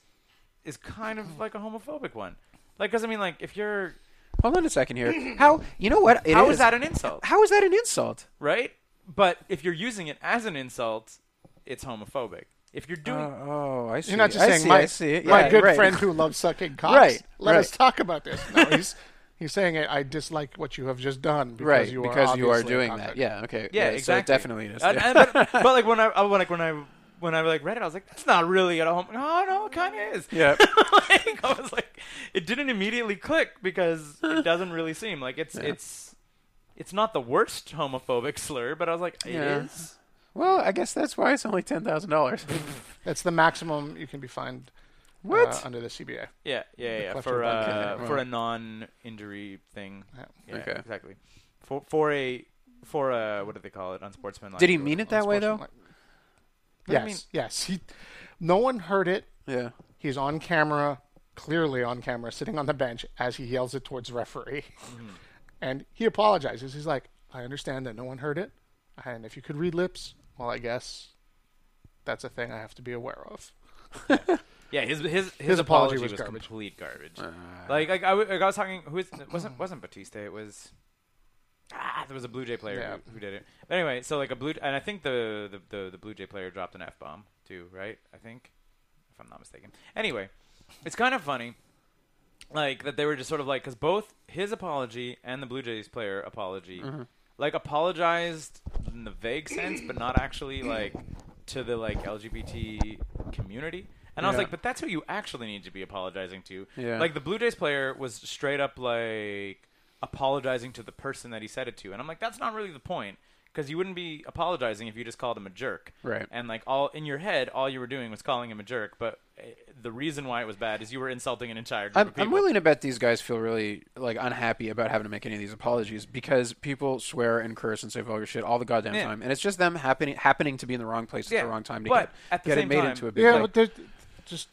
C: is kind of like a homophobic one. Like, because I mean, like if you're,
E: hold on a second here. How you know what? It
C: how is that an insult?
E: How is that an insult?
C: right? But if you're using it as an insult, it's homophobic. If you're
E: Uh,
C: doing
E: oh, I see.
D: You're not just
E: I
D: saying
E: see,
D: my,
E: I see it.
D: my
E: Yeah,
D: good
E: right.
D: friend who loves sucking cocks.
E: Right,
D: Let us
E: right.
D: talk about this. No, he's he's saying I dislike what you have just done because
E: right,
D: you are
E: because you are
D: obviously a
E: doing
D: cocksucker.
E: that. Yeah. Okay.
C: yeah,
E: so it
C: exactly,
E: definitely is.
C: Uh,
E: yeah.
C: and- but, but like when I, I like when I when I like read it, I was like, that's not really at home. No, no, it kind of is.
E: Yeah.
C: like, I was like, it didn't immediately click because it doesn't really seem like it's it's it's not the worst homophobic slur, but I was like, it is.
E: Yeah. Well, I guess that's why it's only ten thousand dollars.
D: That's the maximum you can be fined uh,
E: What?
D: under the CBA.
C: Yeah, yeah, yeah.
D: Clifton
C: For
D: Bunn
C: uh,
E: character.
C: for a non-injury thing.
D: Yeah.
C: Yeah,
E: Okay.
C: exactly. For for a for a what do they call it? Unsportsmanlike.
E: Did he mean it that way though?
D: Unsportsmanlike.
C: do you
D: Yes,
C: mean?
D: yes. He, no one heard it.
E: Yeah.
D: He's on
E: Mm-hmm.
D: camera, clearly on camera, sitting on the bench as he yells it towards referee. And he apologizes. He's like, I understand that no one heard it. And if you could read lips, well, I guess that's a thing I have to be aware of.
C: Yeah, his his his,
D: His
C: apology,
D: apology was
C: was
D: garbage. Uh.
C: complete garbage. like like I, w- like I was talking, who is wasn't wasn't Batista? It was ah, there was a Blue Jay player
D: Yeah.
C: who, who did it. But anyway, so like a blue, and I think the the the, the Blue Jay player dropped an f bomb too, right? I think, if I'm not mistaken. Anyway, it's kind of funny. Like that, they were just sort of like because both his apology and the Blue Jays player apology,
E: Mm-hmm.
C: like apologized in the vague sense, but not actually like to the like LGBT community. And I was
E: Yeah.
C: like, but that's who you actually need to be apologizing to.
E: Yeah.
C: Like the Blue Jays player was straight up like apologizing to the person that he said it to, and I'm like, that's not really the point because you wouldn't be apologizing if you just called him a jerk.
E: Right.
C: And like all in your head, all you were doing was calling him a jerk, but uh, the reason why it was bad is you were insulting an entire group
E: I'm,
C: of people.
E: I'm willing to bet these guys feel really like unhappy about having to make any of these apologies because people swear and curse and say vulgar shit all the goddamn
C: Yeah.
E: time, and it's just them happening happening to be in the wrong place at
C: Yeah,
E: the wrong time to
C: but
E: get,
C: at the
E: get
C: same
E: it made
C: time-
E: into a big.
D: Yeah,
E: like,
D: but there's just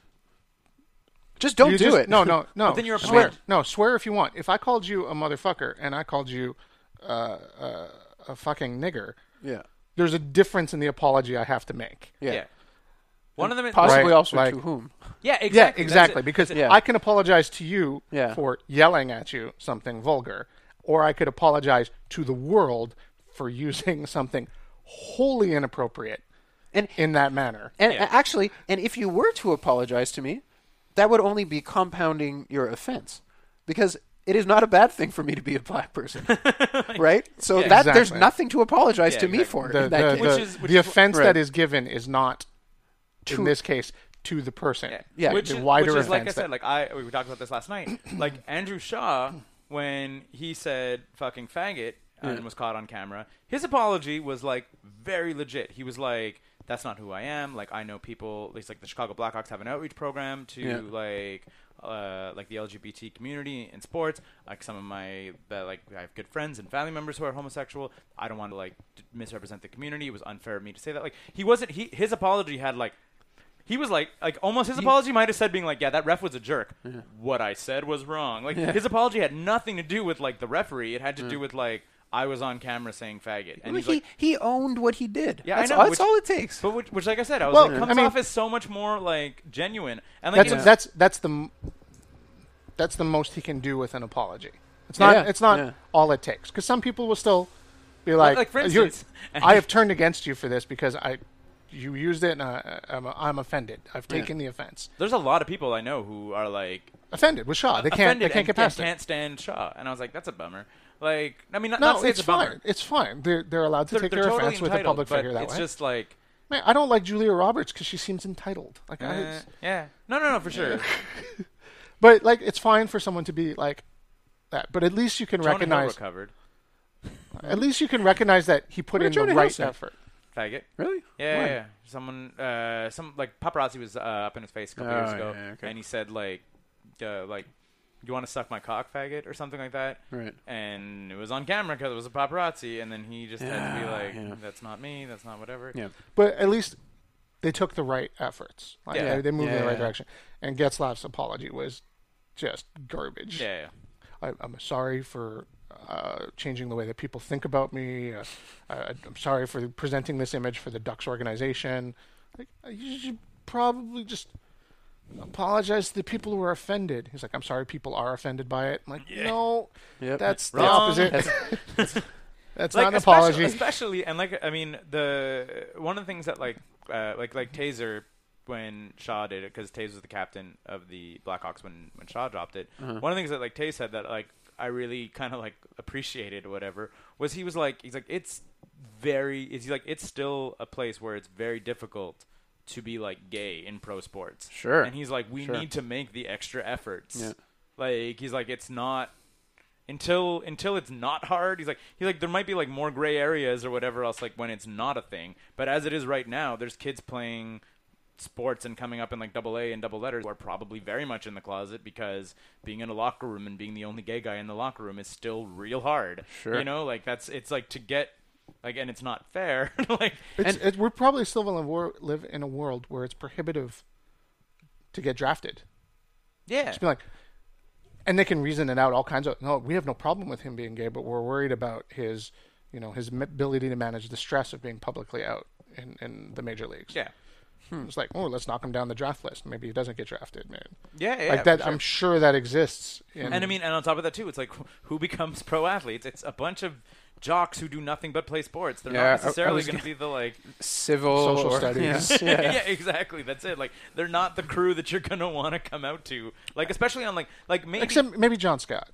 E: just don't
D: you
E: do
D: just-
E: it.
D: No, no, no.
C: then you're a
D: swear.
C: punk.
D: No, swear if you want. If I called you a motherfucker and I called you uh, uh, a fucking nigger,
E: yeah,
D: there's a difference in the apology I have to make.
E: yeah.
C: yeah. One of them,
E: Possibly
D: Right,
E: also
D: like-
E: to whom?
C: yeah, exactly.
D: Yeah,
C: That's
D: exactly.
C: it.
D: Because
E: Yeah.
D: I can apologize to you
E: Yeah.
D: for yelling at you something vulgar, or I could apologize to the world for using something wholly inappropriate
E: And-
D: in that manner.
E: And uh, actually, and if you were to apologize to me, that would only be compounding your offense because it is not a bad thing for me to be a black person, right? So that there's
D: Exactly.
E: nothing to apologize
C: Yeah,
E: to me
C: exactly.
E: for.
D: the,
E: in that
D: the,
E: case.
D: the,
C: Which is- which
D: the
C: is-
D: offense
E: Right.
D: that is given is not, in this case, to the person.
E: Yeah.
C: which
D: the
C: is,
D: wider
C: which is like I
D: offense
C: said,
D: that-
C: like I we talked about this last night. like Andrew Shaw, when he said "fucking faggot" and was caught on camera, his apology was like very legit. He was like, "That's not who I am." Like I know people. It's like the Chicago Blackhawks have an outreach program to
E: Yeah.
C: like. Uh, like the LGBT community in sports, like some of my that like I have good friends and family members who are homosexual. I don't want to like d- misrepresent the community. It was unfair of me to say that. Like he wasn't. He his apology had like he was like, like almost his apology might have said being like, yeah, that ref was a jerk. What I said was wrong. Like his apology had nothing to do with like the referee. It had to do with like I was on camera saying faggot, and
E: Well,
C: he's
E: he
C: like,
E: he owned what he did.
C: yeah,
E: that's,
C: I know.
E: that's
C: which-
E: all it takes.
C: But which, which like I said, I was
D: Well,
C: like,
D: I
C: comes
D: mean-
C: off as so much more like genuine. And like
D: that's
C: it's-
D: that's that's the m- that's the most he can do with an apology. It's not
E: Yeah,
D: it's not
E: yeah.
D: all it takes because some people will still be like,
C: like, for
D: "You're-
C: instance-
D: I have turned against you for this because I you used it and I, I'm, I'm offended. I've taken the offense.
C: there's a lot of people I know who are like
D: Offended with Shaw. They can't they
C: offended
D: can't
C: and,
D: get past
C: and
D: it.
C: can't stand Shaw. And I was like, that's a bummer. Like I mean, not,
D: No,
C: not say
D: it's,
C: it's, a bummer.
D: fine. It's fine. They're they're allowed to
C: They're,
D: take
C: they're
D: their
C: totally
D: offense with a
C: entitled,
D: public
C: but
D: figure that
C: it's
D: way.
C: just like.
D: Man, I don't like Julia Roberts because she seems entitled. Like, I,
C: eh, yeah. No, no, no, for sure.
D: but like it's fine for someone to be like that. But at least you can
C: Jonah Hill
D: recognize.
C: recovered.
D: At least you can recognize that he put
E: Where
D: in
E: Jonah
D: the
E: Hill
D: right
E: say?
D: effort.
C: Faggot.
E: really?
C: Yeah,
E: Why?
C: yeah, yeah. Someone, uh, some like paparazzi was uh, up in his face a couple
E: Oh,
C: years ago,
E: yeah, okay.
C: and he said like, uh, like, you want to suck my cock, faggot, or something like that.
E: Right.
C: And it was on camera because it was a paparazzi, and then he just had to be
E: Yeah,
C: like,
E: yeah.
C: "That's not me. That's not whatever."
E: Yeah.
D: But at least they took the right efforts. Like
C: Yeah.
D: they, they moved in the
E: Yeah.
D: right direction. And Getzlaff's apology was just garbage.
C: Yeah, yeah.
D: I, I'm sorry for uh, changing the way that people think about me. Uh, I, I'm sorry for presenting this image for the Ducks organization. Like, uh, you should probably just apologize to the people who are offended. He's like, I'm sorry people are offended by it. I'm like, no,
E: Yep.
D: that's the
C: Wrong.
D: opposite. That's, not an
C: especially-
D: apology.
C: Especially and like I mean the one of the things that like uh, like like Taser when Shaw did it because Taser was the captain of the Blackhawks when when Shaw dropped it.
D: Uh-huh.
C: One of the things that like Taser said that like I really kind of like appreciated or whatever was he was like he's like it's very is he like it's still a place where it's very difficult to be like gay in pro sports.
E: Sure.
C: And he's like we
E: Sure.
C: need to make the extra efforts.
E: Yeah.
C: Like he's like it's not until until it's not hard he's like he's like there might be like more gray areas or whatever else like when it's not a thing but as it is right now there's kids playing sports and coming up in like double a and double letters who are probably very much in the closet because being in a locker room and being the only gay guy in the locker room is still real hard
E: Sure.
C: you know like that's it's like to get like and it's not fair like
D: It's, it, we're probably still gonna wor- live in a world where it's prohibitive to get drafted.
C: yeah
D: Just be like, and they can reason it out all kinds of. No, we have no problem with him being gay, but we're worried about his, you know, his m- ability to manage the stress of being publicly out in, in the major leagues.
C: Yeah.
D: It's like, oh, let's knock him down the draft list. Maybe he doesn't get drafted, man.
C: Yeah, yeah,
D: like that.
C: for sure.
D: I'm sure that exists. In,
C: And I mean, and on top of that too, it's like wh- who becomes pro athletes? It's a bunch of jocks who do nothing but play sports. They're
E: Yeah, I- I
C: not necessarily
E: was
C: going to
E: gonna-
C: be the like.
E: Civil
D: social
E: or-
D: studies.
E: Yeah.
C: Yeah. exactly. That's it. Like they're not the crew that you're going to want to come out to. Like especially on like like maybe.
D: Except maybe John Scott.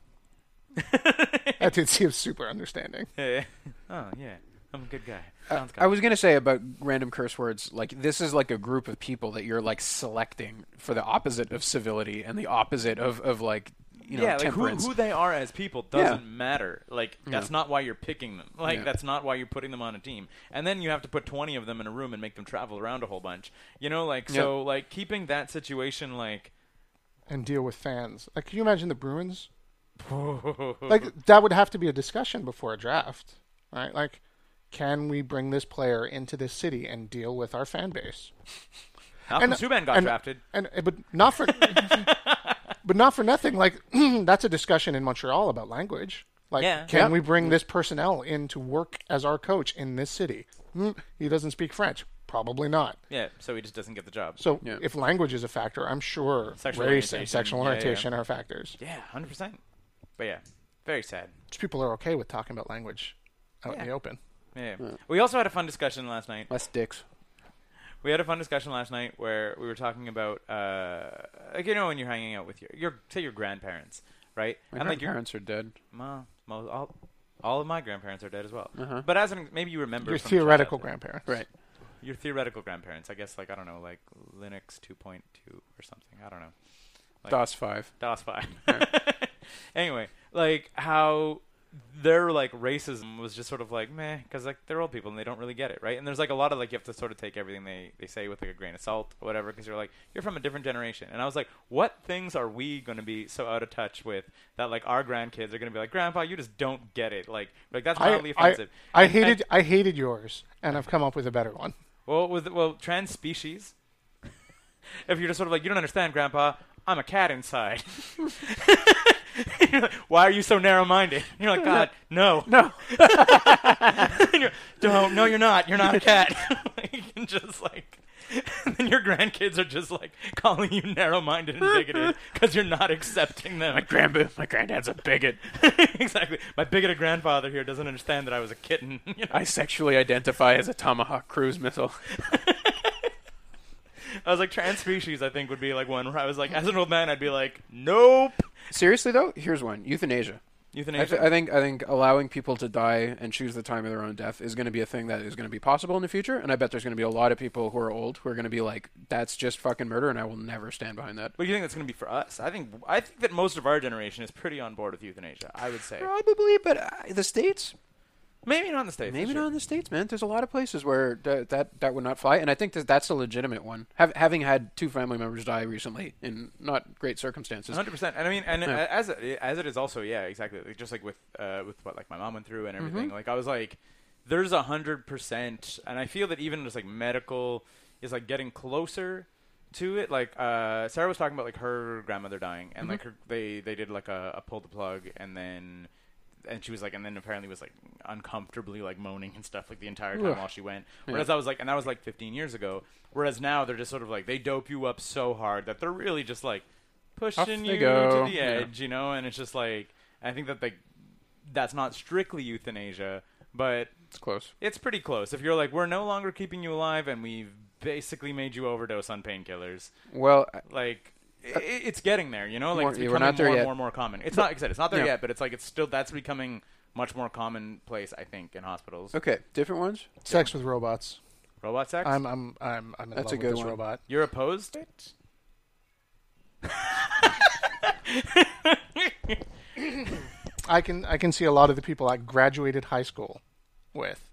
D: that dude seems super understanding.
C: Eh. oh yeah, I'm a good guy. Sounds
E: Uh, I was gonna say about random curse words, like this is like a group of people that you're like selecting for the opposite of civility and the opposite of, of like you know
C: yeah, like who,
E: temperance.
C: who they are as people doesn't matter. Like that's
E: Yeah.
C: not why you're picking them. Like
E: Yeah.
C: that's not why you're putting them on a team. And then you have to put 20 of them in a room and make them travel around a whole bunch. You know, like so like keeping that situation like
D: and deal with fans. Like, can you imagine the Bruins? like, that would have to be a discussion before a draft, right? Like, can we bring this player into this city and deal with our fan base?
C: Malcolm Subban got
D: and-
C: drafted.
D: and eh, but not for, but not for nothing. Like, that's a discussion in Montreal about language. Like,
C: Yeah.
D: can
E: Yep.
D: we bring this personnel in to work as our coach in this city? Hmm, he doesn't speak French. Probably not.
C: Yeah, so he just doesn't get the job.
D: So
E: Yeah.
D: if language is a factor, I'm sure
C: Sexual
D: race
C: orientation,
D: and sexual
C: yeah, yeah.
D: orientation are factors.
C: yeah, 100%. But yeah, very sad.
D: Just people are okay with talking about language out in the open.
C: Yeah. We also had a fun discussion last night.
E: less dicks.
C: We had a fun discussion last night where we were talking about, uh, like you know, when you're hanging out with your, your say your grandparents, right?
E: My
C: and like your
E: grandparents are dead.
C: Ma, mo, all, all of my grandparents are dead as well. But as an, maybe you remember
D: Uh-huh. Your
C: from
D: theoretical
C: childhood.
D: grandparents.
E: Right.
C: your theoretical grandparents, I guess, like I don't know, like Linux 2.2 or something. I don't know. Like-
E: DOS five.
C: DOS five. anyway, like how their like racism was just sort of like meh, because like they're old people and they don't really get it, right? And there's like a lot of like you have to sort of take everything they they say with like a grain of salt or whatever, because you're like you're from a different generation. And I was like, what things are we going to be so out of touch with that like our grandkids are going to be like, Grandpa, you just don't get it. Like like that's mildly
D: I, I,
C: offensive.
D: I
C: And-
D: hated
C: and-
D: I hated yours, and I've come up with a better one.
C: well, with well, trans species. if you're just sort of like, you don't understand, Grandpa. I'm a cat inside. You're like, Why are you so narrow-minded? You're like, God, no,
E: No.
C: And you're, don't, no, you're not. You're not a cat. like, and just like, and then your grandkids are just like calling you narrow-minded and bigoted because you're not accepting them.
E: Grandpa my granddad's a bigot.
C: exactly. My bigoted grandfather here doesn't understand that I was a kitten. you know?
E: I sexually identify as a Tomahawk cruise missile.
C: I was like, trans species, I think would be like one where I was like, as an old man, I'd be like, nope.
E: Seriously though, here's one. Euthanasia. I,
C: Euthanasia.
E: th- I think I think allowing people to die and choose the time of their own death is going to be a thing that is going to be possible in the future, and I bet there's going to be a lot of people who are old who are going to be like, "That's just fucking murder," and I will never stand behind that.
C: What do you think that's going to be for us? I think I think that most of our generation is pretty on board with euthanasia. I would say
E: Probably, but uh, the states,
C: maybe not in the states.
E: maybe
C: for sure.
E: not in the states, man. There's a lot of places where th- that that would not fly, and I think that that's a legitimate one. Hav having had two family members die recently in not great circumstances,
C: Hundred percent, and I mean, and
E: Yeah.
C: uh as it, as it is also, yeah, exactly. Like, just like with uh, with what like my mom went through and everything. Like I was like, there's a hundred percent, and I feel that even just like medical is like getting closer to it. Like uh, Sarah was talking about like her grandmother dying, and like her, they they did like a, a pull the plug, and then and she was like, and then apparently was like uncomfortably like moaning and stuff like the entire time
E: Ugh.
C: while she went. Whereas I was like, and that was like 15 years ago. Whereas now they're just sort of like they dope you up so hard that they're really just like pushing
E: they
C: you
E: go.
C: to the
E: Yeah.
C: edge, you know. And it's just like I think that like that's not strictly euthanasia, but
E: it's close.
C: it's pretty close. If you're like, we're no longer keeping you alive, and we've basically made you overdose on painkillers,
E: Well,
C: like. i- i- It's getting there, you know. Like
E: Uh, More-
C: it's
E: yeah,
C: becoming
E: we're not there
C: more
E: yet.
C: and more and more common. It's not, like I said, it's not there
E: No.
C: yet, but it's like it's still that's becoming much more commonplace. I think in hospitals.
E: okay, different ones.
D: Sex with robots.
C: Robot sex.
D: I'm I'm I'm I'm in love
E: That's a
D: with
E: good
D: this
E: one.
D: robot.
C: You're opposed to it?
D: I can I can see a lot of the people I graduated high school with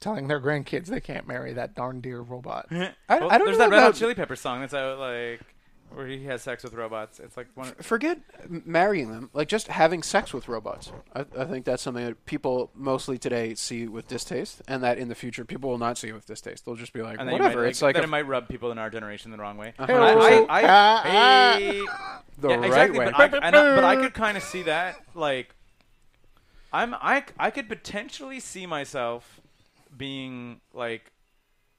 D: telling their grandkids they can't marry that darn dear robot.
E: I,
C: Well,
E: I don't
C: there's
E: know
C: that Red Hot
E: about-
C: Chili Pepper song that's out like where he has sex with robots. It's like one. of-
E: forget m- marrying them like just having sex with robots I, I think that's something that people mostly today see with distaste and that in the future people will not see with distaste they'll just be like
C: And then you
E: whatever
C: might,
E: it's like
C: then
E: a-
C: it might rub people in our generation the wrong way.
E: hundred
C: I-
E: percent.
C: I- I-
D: Ah,
C: hey.
E: the
C: yeah,
E: right
C: exactly,
E: way.
C: But I, and I- but I could kind of see that. Like, I'm I I could potentially see myself being like,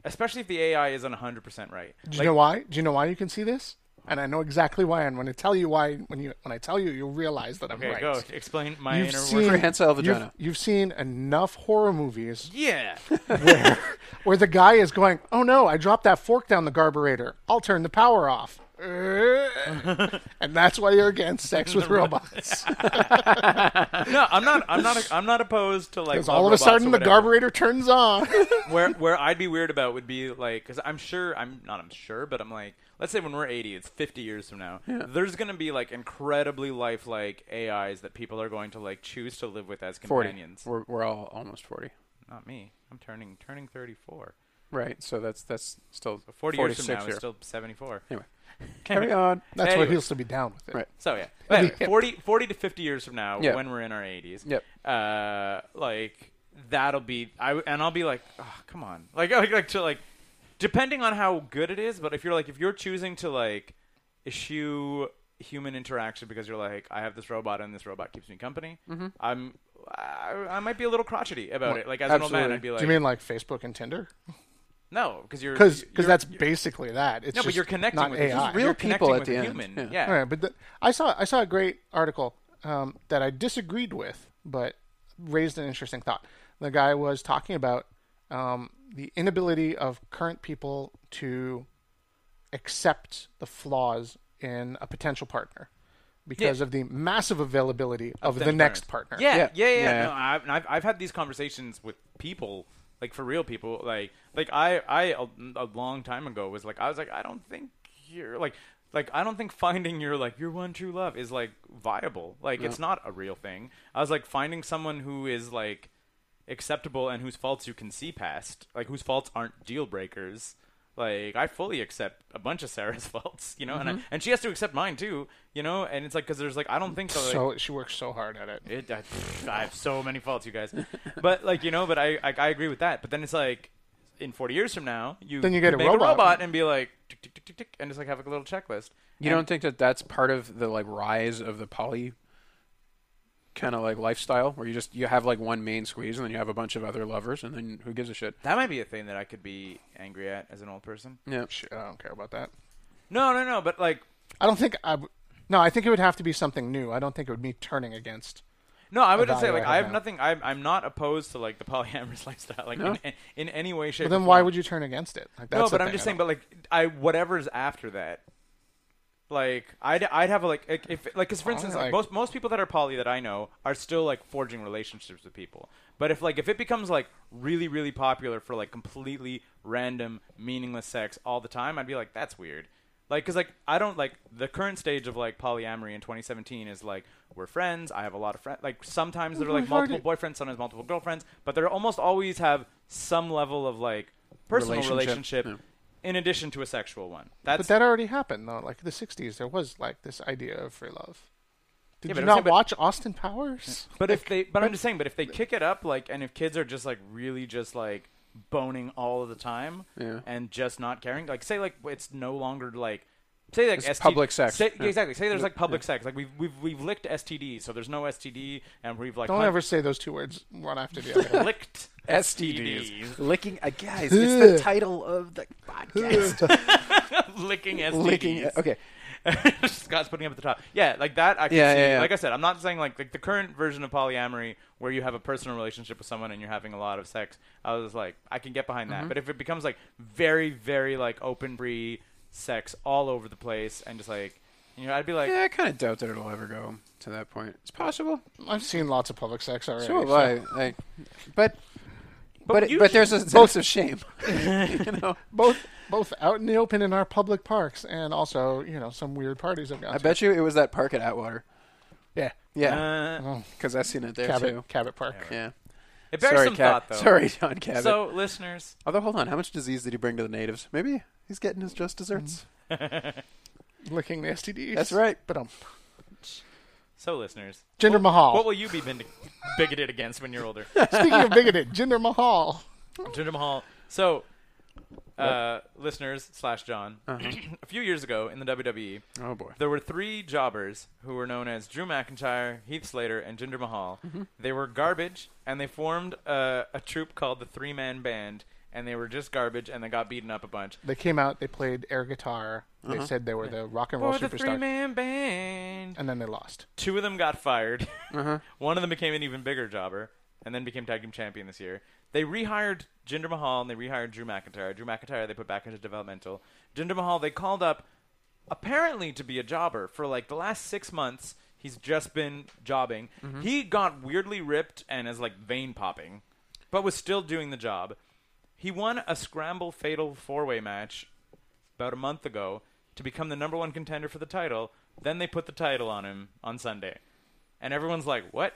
C: especially if the AI isn't 100 percent right.
D: Do you
C: Like,
D: know why? Do you know why you can see this? And I know exactly why. And when I tell you why, when you when I tell you, you'll realize that I'm
C: okay,
D: right.
C: go explain my
D: You've
C: inner
D: seen
C: work.
E: Prehensile
D: you've-
E: vagina.
D: You've, seen enough horror movies
C: Yeah,
D: where the guy is going, "Oh no, I dropped that fork down the carburetor. I'll turn the power off." and that's why you're against sex with robots.
C: no, I'm not. I'm not. I'm not opposed to like.
D: Because
C: love
D: all of a
C: robots or
D: sudden the
C: whatever.
D: carburetor turns on.
C: where where I'd be weird about would be like because I'm sure I'm not I'm sure but I'm like let's say when we're 80 it's 50 years from now there's gonna be like incredibly lifelike AIs that people are going to like choose to live with as
E: 40.
C: companions.
E: We're, we're all almost 40.
C: Not me. I'm turning turning 34.
E: Right. So that's that's still
C: But 40 years from
E: 46
C: now
E: year.
C: it's still 74.
E: Anyway. Carry on.
D: That's
C: Anyway.
D: what he'll still be down with it.
E: Right.
C: So yeah, But
D: That'd be
C: anyway, 40, 40 to 50 years from now,
E: Yeah.
C: when we're in our 80s,
E: Yep.
C: uh, like that'll be I w- and I'll be like, oh, come on, like like like to like, depending on how good it is. But if you're like if you're choosing to like eschew human interaction because you're like I have this robot and this robot keeps me company, I'm I, I might be a little crotchety about it. Like as an old man,
E: absolutely.
C: I'd be
D: Do
C: like,
D: you mean like Facebook and Tinder?
C: no, because you're
D: Because
C: you're-
D: that's basically that. It's
C: no, but
D: just
C: you're connecting
D: not
C: with
D: AI.
C: Real
E: Real people
C: people
E: at
C: with
E: the
C: a
E: end.
C: human.
E: Yeah.
C: Yeah.
D: All right, but the, I saw I saw a great article um, that I disagreed with, but raised an interesting thought. The guy was talking about um, the inability of current people to accept the flaws in a potential partner because of the massive availability of the
C: potential
D: next
C: partners.
D: partner.
C: Yeah, yeah,
E: Yeah.
C: yeah.
E: Yeah.
C: No, I've, and I've I've had these conversations with people, like for real people, like like I I a, a long time ago was like I was like I don't think you're like like I don't think finding your like your one true love is like viable. Like it's not a real thing. I was like finding someone who is like acceptable and whose faults you can see past, like whose faults aren't deal breakers. Like I fully accept a bunch of Sarah's faults, you know, and
D: Mm-hmm.
C: I, and she has to accept mine too, you know. And it's like because there's like I don't think that, like,
D: So she works so hard at it.
C: it, I, I have so many faults, you guys. But like you know, but I, I I agree with that. But then it's like in 40 years from now, you
D: Then you get
C: could
D: a
C: make
D: robot.
C: and be like tick tick tick tick tick, and just like have like a little checklist.
E: You
C: And-
E: don't think that that's part of the like rise of the poly kind of like lifestyle where you just you have like one main squeeze and then you have a bunch of other lovers and then who gives a shit?
C: that might be a thing that I could be angry at as an old person.
E: Yeah.
D: She, I don't care about that.
C: No, no, no. But like
D: I don't think I. w- No, I think it would have to be something new. I don't think it would be turning against.
C: No, I would just say like
D: evaluate
C: I
D: it
C: have
D: now.
C: nothing. I'm I'm not opposed to like the polyamorous lifestyle, like in, in any way, shape.
D: But then
C: or
D: why
C: form.
D: would you turn against it? Like,
C: No,
D: that's the
C: but I'm
D: thing,
C: just
D: I
C: saying.
D: don't-
C: But like I whatever's after that, like I'd I'd have a like like, if like because for instance like,
D: like-
C: most most people that are poly that I know are still like forging relationships with people. But if like if it becomes like really really popular for like completely random meaningless sex all the time, I'd be like that's weird. Like, cause like I don't like the current stage of like polyamory in 2017 is like we're friends. I have a lot of friends. Like sometimes there are like
D: I've heard
C: multiple
D: it.
C: boyfriends, sometimes multiple girlfriends, but they almost always have some level of like personal relationship,
E: Relationship.
C: in addition to a sexual one. That's
D: But that already happened though. Like the '60s, there was like this idea of free love. Did
C: Yeah, but
D: you
C: I'm
D: not
C: saying- but-
D: watch Austin Powers?
C: but if they but I'm just saying but if they kick it up like and if kids are just like really just like boning all of the time
E: Yeah.
C: and just not caring like say like it's no longer like say like
E: It's
C: ST
E: public sex.
C: say-
E: Yeah.
C: exactly say there's like public sex like we've we've we've licked STD so there's no STD and we've like
D: Don't
C: hun-
D: ever say those two words one after the other.
C: licked
E: STDs. Licking uh,
D: it's
E: guys,
D: the
E: title of the podcast.
C: licking STDs
E: Licking uh, Okay.
C: Scott's putting up at the top. Yeah, like that. I can
E: Yeah,
C: see.
E: yeah, yeah.
C: Like I said, I'm not saying like like the current version of polyamory where you have a personal relationship with someone and you're having a lot of sex. I was like, I can get behind
E: Mm-hmm.
C: that. But if it becomes like very, very like open brie sex all over the place and just like, you know, I'd be like,
E: Yeah, I kind of doubt that it'll ever go to that point. It's possible.
D: I've seen lots of public sex already.
E: So have
D: so-
E: I. Like, but but
C: you
E: but there's a sense of shame. you know.
D: Both both out in the open in our public parks, and also you know some weird parties I've gone
E: I
D: to.
E: bet you it was that park at Atwater.
D: Yeah,
E: Yeah,
C: uh,
D: oh,
E: because I seen it there too.
D: Cabot Cabot Park.
E: Yeah.
C: it bears
E: Sorry,
C: some
E: Cab-
C: thought though.
E: Sorry, John Cabot.
C: So listeners,
E: Although, hold on, how much disease did he bring to the natives? Maybe he's getting his just desserts.
D: Licking the STDs.
E: That's right.
D: But um,
C: so listeners,
D: Jinder Mahal.
C: what will you be bindi- bigoted against when you're older?
D: Speaking of bigoted, Jinder Mahal.
C: Jinder Mahal. So, uh, listeners slash John, a few years ago in the WWE,
E: Uh-huh. Oh boy.
C: there were three jobbers who were known as Drew McIntyre, Heath Slater, and Jinder Mahal.
E: Mm-hmm.
C: They were garbage, and they formed a, a troupe called the Three Man Band, and they were just garbage, and they got beaten up a bunch.
D: They came out, they played air guitar,
E: Uh-huh.
D: they said they were the rock and roll
C: For the Three
D: superstar,
C: Man Band.
D: and then they lost.
C: Two of them got fired. One of them became an even bigger jobber, and then became tag team champion this year. They rehired Jinder Mahal and they rehired Drew McIntyre. Drew McIntyre they put back into developmental. Jinder Mahal they called up, apparently to be a jobber for like the last six months. He's just been jobbing. He got weirdly ripped and is like vein popping, but was still doing the job. He won a scramble fatal four way match about a month ago to become the number one contender for the title. Then they put the title on him on Sunday, and everyone's like, "What?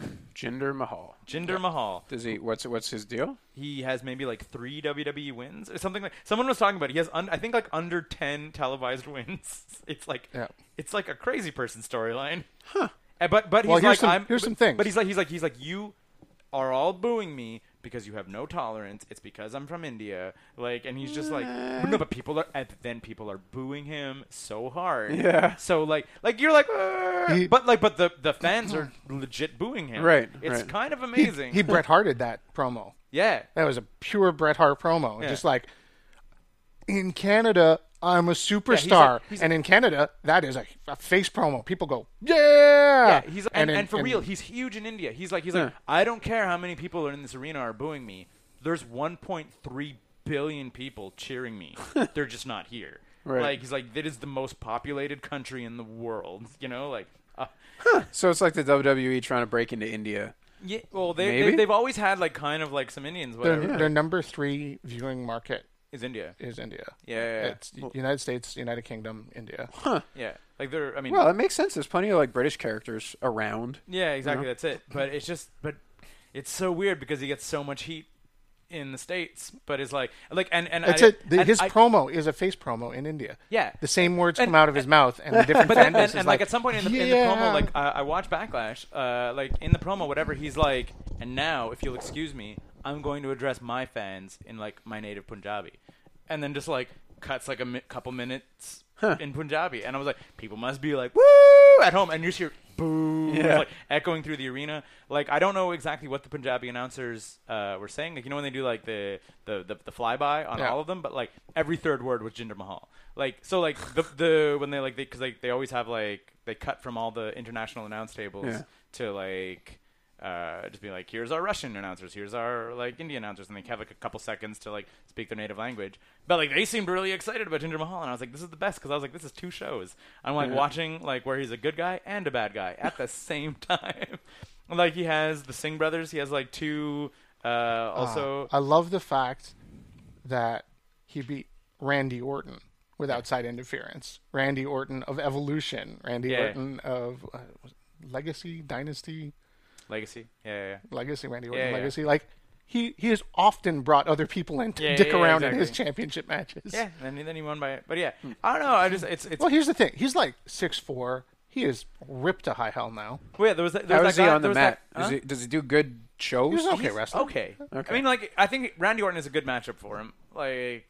E: Mm. Jinder Mahal.
C: Jinder Mahal?
E: Does he? What's what's his deal?
C: He has maybe like three WWE wins or something like." Someone was talking about it. he has, un- I think, like under ten televised wins. It's like,
D: Yeah.
C: it's like a crazy person storyline. Huh. But but he's
D: Well, here's
C: like,
D: some-
C: I'm,
D: here's
C: but-
D: some things.
C: But he's like, he's like, he's like, you are all booing me because you have no tolerance. It's because I'm from India. Like, and he's just like, but no, but people are, and then people are booing him so hard.
E: Yeah.
C: So like, like you're like, "Uh,"
D: He-
C: but like, but the the fans are legit booing him.
E: Right,
C: It's
E: right.
C: kind of
D: He,
C: amazing.
D: he Bret Harted that promo.
C: yeah.
D: That was a pure Bret Hart promo.
C: Yeah.
D: Just like in Canada, I'm a superstar,
C: he's a-
D: and in Canada, that is a, a face promo. People go, yeah,
C: Yeah, he's and, and,
D: in-
C: for real, he's huge in India. He's like he's like
E: Yeah.
C: I don't care how many people are in this arena are booing me. There's 1.3 billion people cheering me. They're just not here.
E: Right.
C: Like he's like that is the most populated country in the world. You know, like uh,
E: So it's like the WWE trying to break into India.
C: yeah. Well, they,
E: Maybe?
C: they they've always had like kind of like some Indians.
D: their,
C: Whatever
D: their number three viewing market
C: is India.
D: is India.
C: Yeah, yeah, yeah.
D: it's United States, United Kingdom, India.
C: Yeah, like they're. I mean,
E: Well, it makes sense. There's plenty of like British characters around.
C: Yeah, exactly. That's it. But it's just, but it's so weird because he gets so much heat in the states, but it's like, like, and and
D: That's
C: I,
D: it. The-
C: and
D: his
C: I-
D: promo is a face promo in India.
C: Yeah.
D: the same words
C: And-
D: come out of his mouth, and the different.
C: but then,
D: fanbase
C: and,
D: is
C: and, like at some point in the, in the
D: "Yeah."
C: promo, like I, I watch Backlash, uh, like in the promo, whatever, he's like, and now if you'll excuse me, I'm going to address my fans in like my native Punjabi, and then just like cuts like a mi- couple minutes in Punjabi, and I was like, people must be like, woo at home, and you just hear boo, it's,
E: Yeah.
C: like echoing through the arena. Like I don't know exactly what the Punjabi announcers uh, were saying. Like you know when they do like the the the, the flyby on
D: Yeah.
C: all of them, but like every third word was Jinder Mahal. Like so like the the when they like because like they always have like they cut from all the international announce tables
E: Yeah.
C: to like. Uh, just be like, here's our Russian announcers, here's our like Indian announcers, and they have like a couple seconds to like speak their native language. But like they seemed really excited about Jinder Mahal, and I was like, this is the best because I was like, this is two shows. I'm like watching like where he's a good guy and a bad guy at the same time. like he has the Singh brothers, he has like two uh, also
D: I love the fact that he beat Randy Orton with outside interference. Randy Orton of Evolution. Randy
C: Yeah.
D: Orton of uh, was it Legacy, Dynasty,
C: Legacy. Yeah, yeah, yeah.
D: Legacy. Randy Orton,
C: Yeah, yeah.
D: Legacy. Like he he has often brought other people in to
C: Yeah,
D: dick
C: yeah, yeah,
D: around in his
C: exactly.
D: championship matches.
C: Yeah, and then he won by it. But yeah,
D: Hmm.
C: I don't know. I just it's it's.
D: Well, here's the thing. He's like six four. He is ripped to high hell now.
C: Wait, there was that, there
E: How
C: was
E: is
C: that
E: he
C: guy-
E: on the
C: there was
E: mat?
C: that- huh?
E: Is he, does he do good shows?
D: He was an okay wrestler.
C: Okay. I mean, like, I think Randy Orton is a good matchup for him. Like,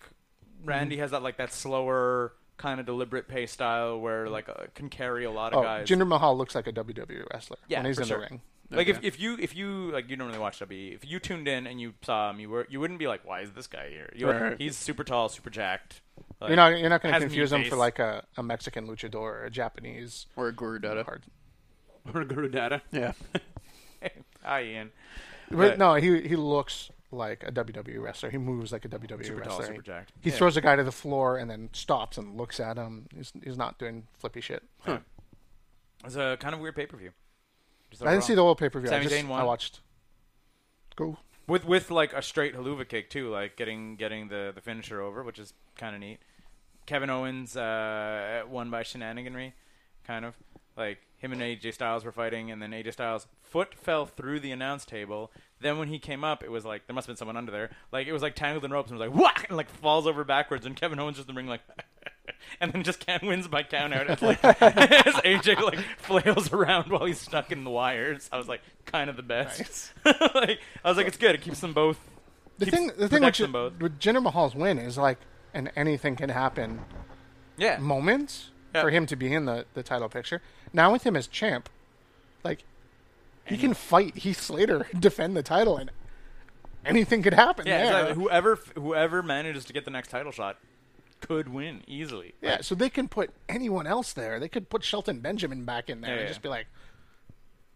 D: Hmm.
C: Randy has that like that slower kind of deliberate pace style where like uh, can carry a lot of
D: Oh,
C: guys.
D: Jinder Mahal looks like a WWE wrestler
C: yeah,
D: when he's
C: for
D: in
C: sure.
D: the ring.
C: Like if, if you if you like you don't really watch WWE, if you tuned in and you saw him, you were you wouldn't be like, why is this guy here? You
E: Right.
C: he's super tall, super jacked. Like,
D: You're not you're not going to
C: has
D: confuse
C: mean
D: him for
C: face.
D: like a, a Mexican luchador or a Japanese
E: Or a Guru
D: hard.
C: or Gurudada.
E: Yeah.
C: Hi, Ian.
D: But
C: But-
D: no, he he looks like a WWE wrestler. He moves like a WWE
C: Super tall,
D: wrestler.
C: super jacked.
D: He
C: Yeah.
D: throws a guy to the floor and then stops and looks at him. He's, he's not doing flippy shit.
C: It was a kind of weird pay per view.
D: I didn't see the whole pay per view. I
C: Sami
D: just
C: Zayn won.
D: I watched. Go.
C: with with like a straight haluva kick too, like getting getting the the finisher over, which is kind of neat. Kevin Owens uh, won by shenaniganry, kind of like him and AJ Styles were fighting, and then AJ Styles' foot fell through the announce table. Then when he came up, it was like there must have been someone under there. Like it was like tangled in ropes and was like whack and like falls over backwards, and Kevin Owens just in the ring like. And then just can wins by count out. It's like as AJ like flails around while he's stuck in the wires. I was like, kind of the best. like I was like, it's good. It keeps them both
D: The
C: keeps-
D: thing, the thing with,
C: protects them
D: Ji-
C: both.
D: with Jinder Mahal's win is like an anything can happen
C: Yeah.
D: moment
C: Yeah.
D: for him to be in the, the title picture. Now with him as champ, like he can fight Heath Slater, defend the title, and anything could happen.
C: Yeah,
D: there.
C: exactly. Whoever f- whoever manages to get the next title shot could win easily.
D: Yeah, so they can put anyone else there. They could put Shelton Benjamin back in there
C: Yeah,
D: and
C: yeah.
D: just be like,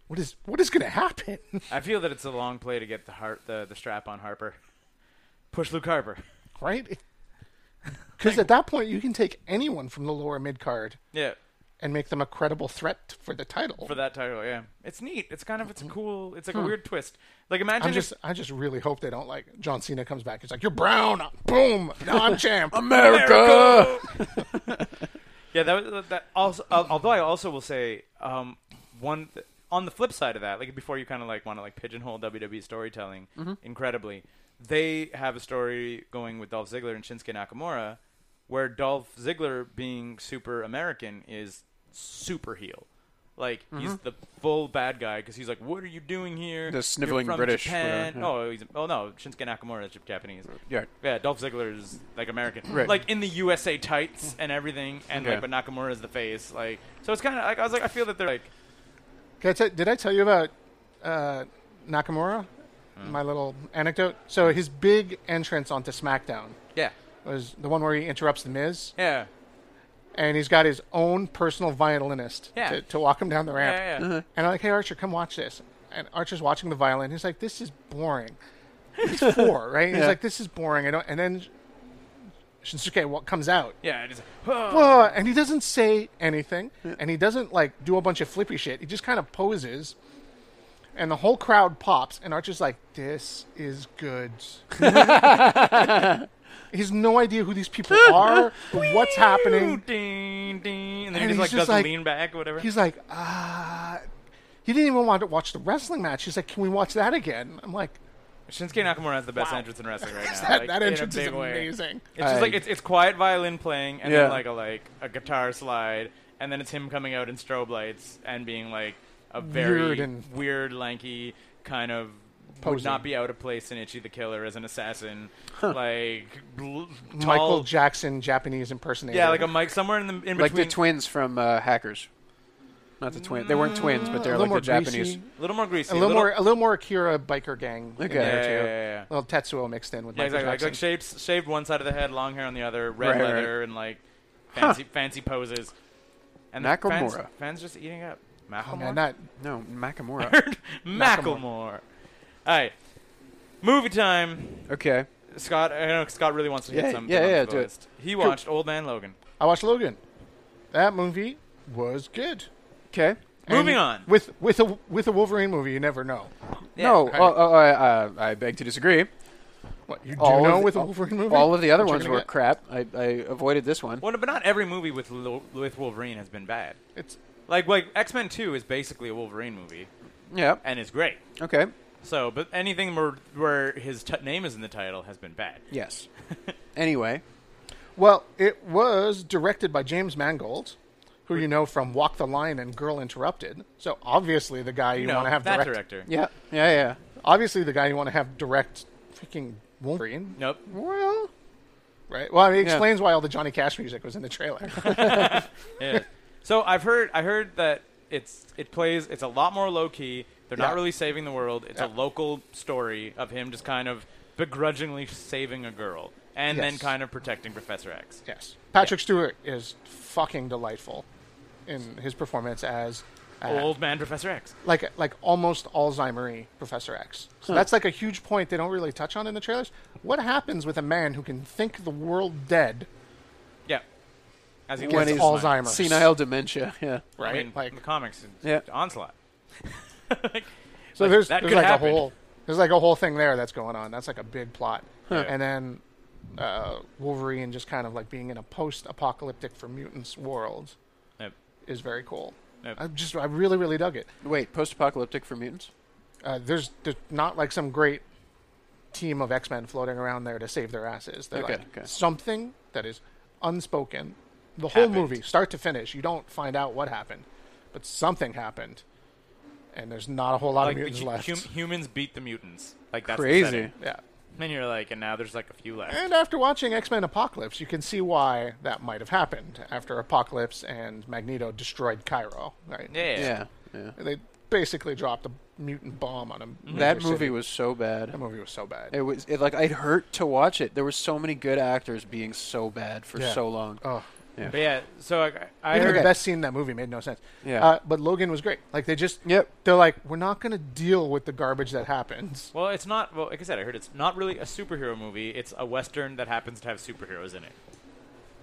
D: "What is what is going to happen?"
C: I feel that it's a long play to get the heart the, the strap on Harper. Push Luke Harper.
D: right? Because at that point, you can take anyone from the lower mid card
C: Yeah,
D: and make them a credible threat for the title.
C: for that title. Yeah, it's neat. It's kind of it's a cool. It's like a weird twist. Like imagine
D: Mm. Hmm. I'm
C: if-
D: just, I just really hope they don't like John Cena comes back. He's like, "You're brown, boom, now I'm champ."
E: America.
C: yeah, that was that. Also, al- although I also will say um, one th- on the flip side of that, like before you kind of like want to like pigeonhole WWE storytelling
E: Mm-hmm.
C: incredibly, they have a story going with Dolph Ziggler and Shinsuke Nakamura, where Dolph Ziggler being super American is super heel. Like he's the full bad guy because he's like, "What are you doing here?
E: Mm-hmm. The
C: You're
E: sniveling
C: from
E: British,
C: Japan."
E: whatever, yeah.
C: Oh, he's, oh no, Shinsuke Nakamura is Japanese.
E: Yeah.
C: Yeah, Dolph Ziggler is like American,
E: Right.
C: like in the USA tights and everything, and
E: Yeah.
C: like but Nakamura is the face, like so it's kind of like I was like I feel that they're like
D: Can I tell- did I tell you about uh, Nakamura?
C: Hmm.
D: My little anecdote. So his big entrance onto SmackDown
C: yeah
D: was the one where he interrupts the Miz.
C: yeah
D: and he's got his own personal violinist
C: Yeah.
D: to, to walk him down the ramp.
C: yeah yeah
D: And I'm like, hey, Archer, come watch this. And Archer's watching the violin. He's like, this is boring. He's four, right? He's like, this is boring. I don't. And then Shinsuke wa- comes out.
C: yeah and it's like, "Huh."
D: "Whoa," and he doesn't say anything. And he doesn't, like, do a bunch of flippy shit. He just kind of poses. And the whole crowd pops. And Archer's like, this is good. he has no idea who these people are, what's happening.
C: Ding, ding. and then
D: And
C: he just
D: he's
C: like
D: just
C: doesn't
D: like-
C: lean back or whatever
D: He's like, ah. he didn't even want to watch the wrestling match. He's like, can we watch that again? I'm like,
C: Shinsuke Nakamura has the best entrance in wrestling right now
D: that,
C: like,
D: that
C: in a
D: entrance is
C: big way.
D: amazing.
C: it's just like it's it's quiet violin playing and
E: Yeah.
C: then like a like a guitar slide and then it's him coming out in strobe lights and being like a very
D: Weird and-
C: weird, lanky kind of would
D: Posing.
C: not be out of place in Itchy the Killer as an assassin, like bl- tall,
D: Michael Jackson Japanese impersonator.
C: yeah, like a Mike somewhere in the in
E: like the
C: between,
E: twins from uh, Hackers. Not the twins. They weren't twins, but
D: a
E: they're
D: little
E: like
D: more
E: the Japanese.
D: greasy,
C: a little more greasy,
D: a little
E: oh,
D: more, a little more Akira biker gang. in
E: Okay.
C: yeah,
D: there,
C: yeah,
D: too.
C: yeah, yeah.
D: A little Tetsuo mixed in with
C: Yeah,
D: Michael
C: exactly. Like,
D: Jackson.
C: like shapes, shaved one side of the head, long hair on the other, red
E: Right, right.
C: leather, and like fancy, fancy poses. And the Fans,
E: Nakamura.
C: fans just eating up.
D: oh,
C: Macklemore.
D: man, that
E: No, Makamura.
C: Macklemore. All right, movie time.
E: okay.
C: Scott, I know Scott really wants to hit
E: Yeah,
C: some.
E: yeah,
C: on
E: yeah,
C: the
E: do it.
C: list. He watched Old Man Logan.
D: I watched Logan. That movie was good.
E: Okay.
C: Moving on.
D: With with a with a Wolverine movie, you never know.
C: Yeah.
E: No,
D: okay.
E: oh, oh, I, uh, I beg to disagree.
D: What you do
E: All of
D: know
E: the-
D: with a Wolverine movie?
E: All of the other
D: What you're
E: ones
D: gonna
E: were
D: get.
E: crap. I, I avoided this one.
C: Well, but not every movie with Lo- with Wolverine has been bad.
D: It's
C: Like like X Men Two is basically a Wolverine movie
E: Yeah.
C: and is great.
E: Okay.
C: So, but anything where where his t- name is in the title has been bad.
E: Yes. anyway.
D: Well, it was directed by James Mangold, who you know from Walk the Line and Girl Interrupted. So obviously the guy you
C: No,
D: want to have
C: that
D: direct.
C: director.
E: Yeah. Yeah. Yeah.
D: Obviously the guy you want to have direct freaking Wolverine.
C: Nope.
E: Well.
D: Right. Well, I mean, it
E: Yeah.
D: explains why all the Johnny Cash music was in the trailer.
C: Yeah. so I've heard I heard that it's it plays it's a lot more low key. They're not
D: Yeah.
C: really saving the world. It's a
D: Yeah.
C: local story of him just kind of begrudgingly saving a girl and then
D: Yes.
C: kind of protecting Professor X.
D: yes. Patrick Stewart is fucking delightful in his performance as uh,
C: Old man Professor X.
D: like like almost Alzheimer's Professor X.
C: Hmm.
D: So that's like a huge point they don't really touch on in the trailers. What happens with a man who can think the world dead?
C: Yeah. As he
D: When
C: loses
D: he's
C: his mind.
D: Alzheimer's.
E: Senile dementia. Yeah.
C: I
D: Right.
C: mean,
D: like
C: in the comics, it's
E: Yeah.
C: onslaught. Like,
D: So there's,
C: that
D: there's
C: could
D: like
C: happen.
D: a whole there's like a whole thing there that's going on. That's like a big plot.
C: Hmm.
D: And then uh, Wolverine just kind of like being in a post-apocalyptic for mutants world
C: Yep.
D: is very cool.
C: Yep.
D: I just I really really dug it.
E: Wait. Post-apocalyptic for mutants.
D: Uh, there's there's not like some great team of X-Men floating around there to save their asses. They're
E: Okay,
D: like
E: okay.
D: something that is unspoken. The whole
C: Happened.
D: movie, start to finish, you don't find out what happened, but something happened. And there's not a whole lot
C: like
D: of mutants
C: the hu-
D: left.
C: hum- humans beat the mutants. Like that's the
E: Crazy.
C: setting.
D: Yeah.
C: And you're like, and now there's like a few left.
D: And after watching X Men Apocalypse, you can see why that might have happened after Apocalypse and Magneto destroyed Cairo. Right?
C: Yeah.
E: Yeah, yeah.
D: They basically dropped a mutant bomb on him.
E: Mm-hmm. That movie was so bad.
D: That movie was so bad.
E: It was it, like I'd hurt to watch it. There were so many good actors being so bad for
D: Yeah.
E: so long.
D: oh,
E: Yeah.
C: But yeah, so I, I
D: even
C: heard
D: the best scene in that movie made no sense.
E: Yeah.
D: Uh, but Logan was great. Like they just,
E: Yep.
D: they're like, we're not going to deal with the garbage that happens.
C: Well, it's not. Well, like I said, I heard it's not really a superhero movie. It's a western that happens to have superheroes in it.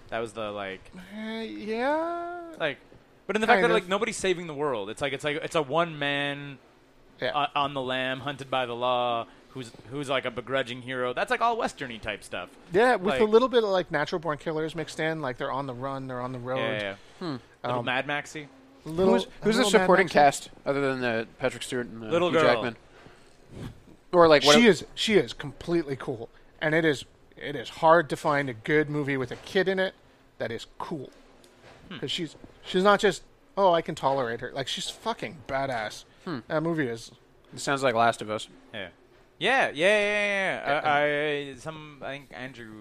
C: That was the like,
D: Uh, yeah.
C: like, but in the
D: Kind
C: fact that
D: of.
C: like nobody's saving the world, it's like it's like it's a one man
D: Yeah.
C: uh, on the lamb, hunted by the law, who's who's like a begrudging hero. That's like all westerny type stuff.
D: yeah, with a
C: like-
D: little bit of like natural born killers mixed in, like they're on the run, they're on the road.
C: Yeah, yeah, yeah.
D: Hmm. Um,
C: Little Mad Maxy,
D: Little,
E: Who's,
D: a
E: who's the
D: little Mad
E: supporting
D: Max-
E: cast other than uh, Patrick Stewart and uh,
C: Little
E: Hugh
C: girl.
E: Jackman? Or like what
D: she is she is completely cool, and it is it is hard to find a good movie with a kid in it that is cool,
E: Hmm.
D: because she's she's not just oh I can tolerate her like she's fucking badass.
E: Hmm.
D: That movie is
E: It sounds like Last of Us.
C: yeah, yeah, yeah, yeah. yeah. I, I some I think Andrew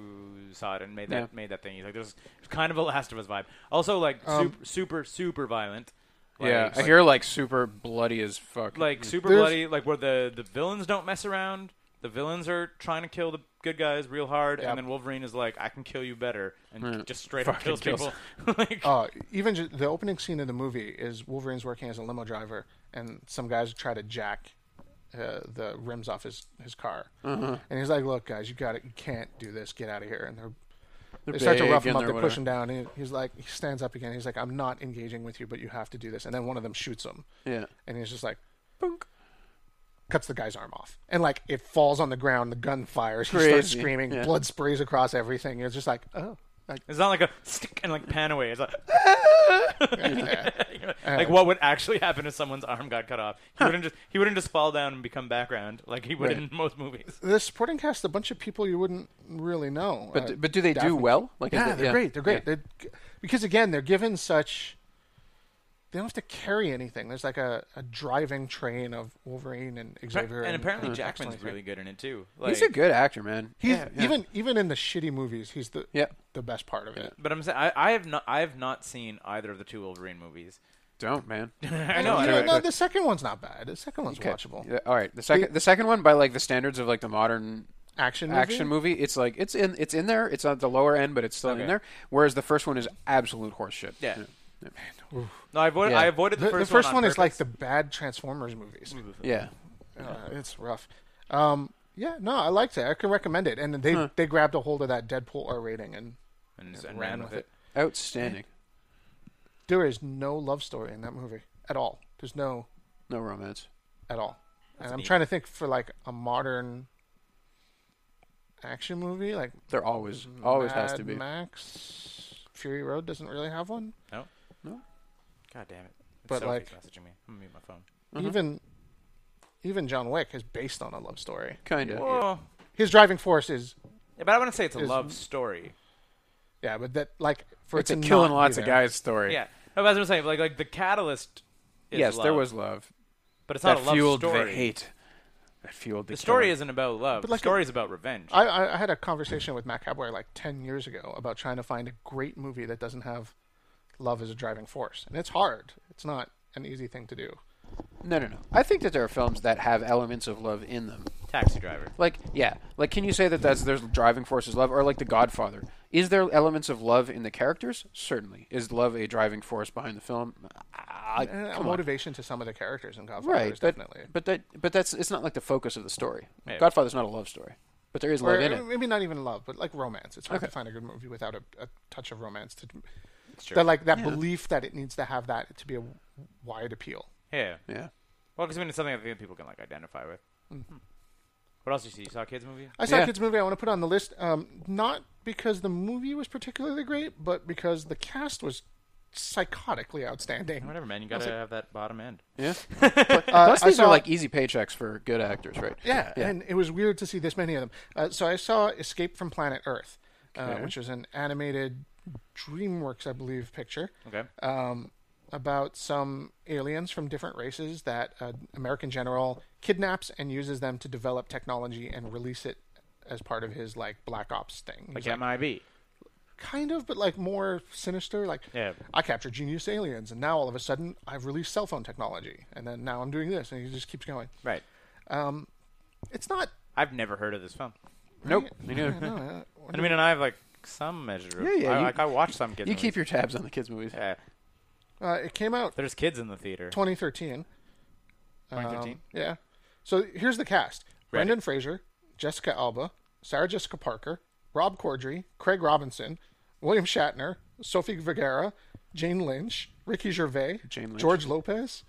C: saw it and made that
E: Yeah.
C: made that thing. He's like, there's kind of a Last of Us vibe. Also, like
D: Um,
C: super, super, super violent.
E: yeah,
C: Like,
E: I hear like super bloody as fuck.
C: like super
D: There's-
C: bloody, like where the the villains don't mess around. The villains are trying to kill the good guys real hard,
D: Yep.
C: and then Wolverine is like, "I can kill you better," and just straight up
E: Mm. Fucking
C: kills
E: kills.
C: people. like,
D: uh, even ju- the opening scene of the movie is Wolverine's working as a limo driver, and some guys try to jack uh, the rims off his his car,
E: Mm-hmm.
D: and he's like, "Look, guys, you got it. You can't do this. Get out of here." And they're they start to
E: big
D: rough him
E: and
D: up. They
E: they're
D: push him down. And he's like, he stands up again. He's like, "I'm not engaging with you, but you have to do this." And then one of them shoots him,
E: yeah,
D: and he's just like, "Boonk." Cuts the guy's arm off, and like it falls on the ground. The gun fires. He starts
E: Crazy,
D: screaming.
E: yeah.
D: Blood sprays across everything. It's just like, oh, like,
C: it's not like a stick and like pan away. It's like,
D: yeah.
C: like what would actually happen if someone's arm got cut off? He wouldn't just he wouldn't just fall down and become background like he would
E: Right.
C: in most movies.
D: the supporting cast a bunch of people you wouldn't really know.
E: but
D: Uh,
E: d- but do they
D: Daphne-
E: do well? Like is
D: Yeah,
E: it-
D: they're great. They're great. They're, because again, they're given such. They don't have to carry anything. There's like a, a driving train of Wolverine and uh, Xavier,
C: And apparently
D: Excellent.
C: Jackman's really good in it too. Like,
E: He's a good actor, man.
D: He's
E: Yeah, yeah.
D: even even in the shitty movies, he's the
E: Yeah.
D: the best part of it.
C: But I'm saying I, I have not I have not seen either of the two Wolverine movies.
E: don't man.
C: I know.
D: You
C: I
D: know,
C: know.
D: no, the second one's not bad. The second one's
E: Okay.
D: watchable.
E: Yeah, all right, the second the second one by like the standards of like the modern
D: Action movie?
E: action movie, it's like it's in it's in there. It's at the lower end, but it's still
C: Okay.
E: in there. Whereas the first one is absolute horseshit.
C: Yeah.
E: yeah.
C: No, I avoided,
E: Yeah.
C: I avoided
D: The,
C: the,
D: the
C: first,
D: first,
C: on
D: one, is
C: purpose. Mm.
D: like the bad Transformers movies.
E: yeah.
D: Uh, it's rough. Um, yeah, no, I liked it. I can recommend it. And they they grabbed a hold of that Deadpool R rating and
C: and, just-
D: ran
C: and ran
D: with
C: with
D: it.
C: it.
E: Outstanding.
D: There is no love story in that movie at all. There's no
E: No romance.
D: at all. and I'm
C: neat.
D: trying to think for like a modern action movie, like
E: There always always has
D: Mad
E: to be.
D: Max Fury Road doesn't really have one.
C: No.
E: No?
C: God damn it. It's
D: But,
C: Sophie's
D: like-
C: messaging me. I'm gonna mute my phone.
E: Mm-hmm.
D: Even even John Wick is based on a love story.
E: Kind of.
C: Well,
D: His driving force is
C: Oh. yeah, but I wouldn't say it's a
D: Is-
C: love story.
D: yeah, but that like for
E: It's
D: it
E: a
D: to
E: killing
D: not be
E: lots of
D: there-
E: guys story.
C: Yeah, no, but as I'm saying, like like the catalyst. Is
E: Yes, there
C: love,
E: was love.
C: but it's not a
E: that
C: love
E: fueled
C: story.
E: the hate. That fueled the,
C: The story
E: killing.
C: isn't about love.
D: But like
C: the story is about revenge.
D: I, I I had a conversation with Matt Cabware like ten years ago about trying to find a great movie that doesn't have love as a driving force, and it's hard. It's not an easy thing to do.
E: No, no, no. I think that there are films that have elements of love in them.
C: Taxi driver.
E: Like, yeah, like can you say that that's there's driving forces love or like The Godfather? Is there elements of love in the characters? Certainly. Is love a driving force behind the film? Ah,
D: And a
E: come on.
D: motivation to some of the characters in Godfather
E: Right,
D: is
E: but,
D: Eh, definitely.
E: but that but that's it's not like the focus of the story.
C: Yeah.
E: Godfather's not a love story, but there is
D: or
E: love in it.
D: maybe not even love, but like romance. It's hard
E: Okay.
D: to find a good movie without a, a touch of romance. To
C: true.
D: that, like that belief that it needs to have that to be a wide appeal.
C: Yeah.
E: Yeah.
C: Well, because I mean, it's something I think people can like identify with.
E: Mm-hmm.
C: What else did you see? You saw a kids movie?
D: I saw
E: Yeah.
D: a kids movie I want to put on the list, um, not because the movie was particularly great, but because the cast was psychotically outstanding.
C: Whatever, man. You gotta have that bottom end.
E: Yeah. But- plus,
D: Uh, I
E: these
D: saw-
E: are like easy paychecks for good actors, right?
D: Yeah,
E: Yeah.
D: and it was weird to see this many of them. Uh, so I saw Escape from Planet Earth, uh,
E: Okay.
D: which is an animated DreamWorks, I believe, picture.
C: Okay.
E: Uh,
D: um, about some aliens from different races that an American general kidnaps and uses them to develop technology and release it as part of his like Black Ops thing.
C: like
D: He's like,
C: MIB.
D: kind of, but like more sinister. Like
C: Yeah.
D: I captured genius aliens, and now all of a sudden I've released cell phone technology, and then now I'm doing this, and he just keeps going.
C: Right.
D: It's not.
C: I've never heard of this film.
E: Nope. Me neither.
D: No, uh, what
C: And I mean, and I have like some measure. Of,
E: Yeah, yeah,
C: I,
E: you-
C: like I watch some kids.
E: You
C: movies.
E: keep your tabs on the kids' movies.
C: Yeah.
D: Uh, it came out
C: There's kids in the theater.
D: 2013.
C: 2013.
D: Um, yeah. So here's the cast: Brendan Fraser, Jessica Alba, Sarah Jessica Parker, Rob Corddry, Craig Robinson, William Shatner, Sophie Vergara, Jane Lynch, Ricky Gervais,
E: Jane Lynch.
D: George Lopez,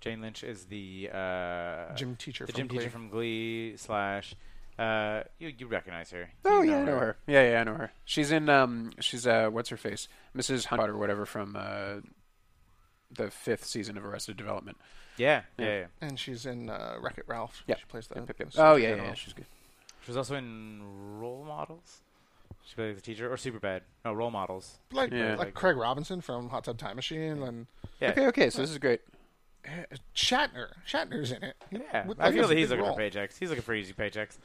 C: Jane Lynch is the uh,
D: Gym teacher
C: The
D: from
C: gym
D: Glee.
C: teacher from Glee slash. Uh, you you recognize her?
E: Oh
C: You
E: yeah, I know her. Yeah, yeah, I know her. She's in um, she's uh, what's her face, Mrs. Hunt or whatever from uh, the fifth season of Arrested Development.
C: Yeah, yeah, yeah.
D: and she's in uh, Wreck It Ralph.
E: Yeah.
D: She plays the.
E: Oh yeah, yeah, yeah, she's good.
C: She was also in Role Models. She played the teacher or Superbad. No, Role Models.
D: Like,
E: Yeah.
D: like Craig Robinson from Hot Tub Time Machine and
C: Yeah.
E: Okay, okay, so this is great.
D: Shatner. Shatner's in it.
C: Yeah,
D: With,
C: I
D: like,
C: feel
D: a
C: that he's
D: big
C: looking
D: role.
C: for paychecks. He's looking for easy paychecks.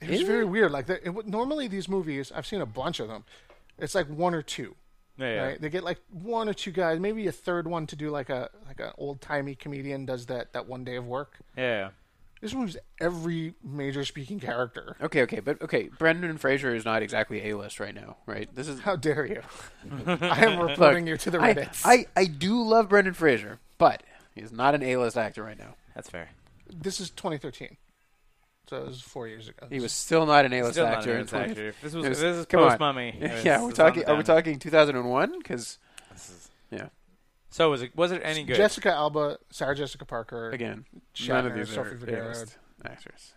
D: It was very weird. Like the, it, would- normally these movies, I've seen a bunch of them. It's like one or two.
C: Yeah, yeah.
D: Right? They get like one or two guys, maybe a third one to do like a like an old timey comedian does that that one day of work.
C: Yeah,
D: This one was every major speaking character.
E: Okay, okay, but okay, Brendan Fraser is not exactly a list right now, right? This is
D: How dare you? I am reporting you to the
E: I,
D: Reddits.
E: I I do love Brendan Fraser, but he's not an A list actor right now.
C: that's fair.
D: this is 2013, so it was four years ago.
E: He was still not an A list
C: Still not
E: actor.
C: an A-list
E: in
C: actor.
E: 20
C: This was-
E: it
C: this is
E: come on.
C: post-Mummy. It was-
E: Yeah,
C: it
E: we're
C: was on
E: talking.
C: the
E: Are we
C: down.
E: talking 2001? Because
C: This is-
E: yeah,
C: So was it was it any good?
D: Jessica Alba, Sarah Jessica Parker.
E: again,
D: Shatner,
E: none of these
D: Sophie
E: are
D: Vergara.
E: A-list actors.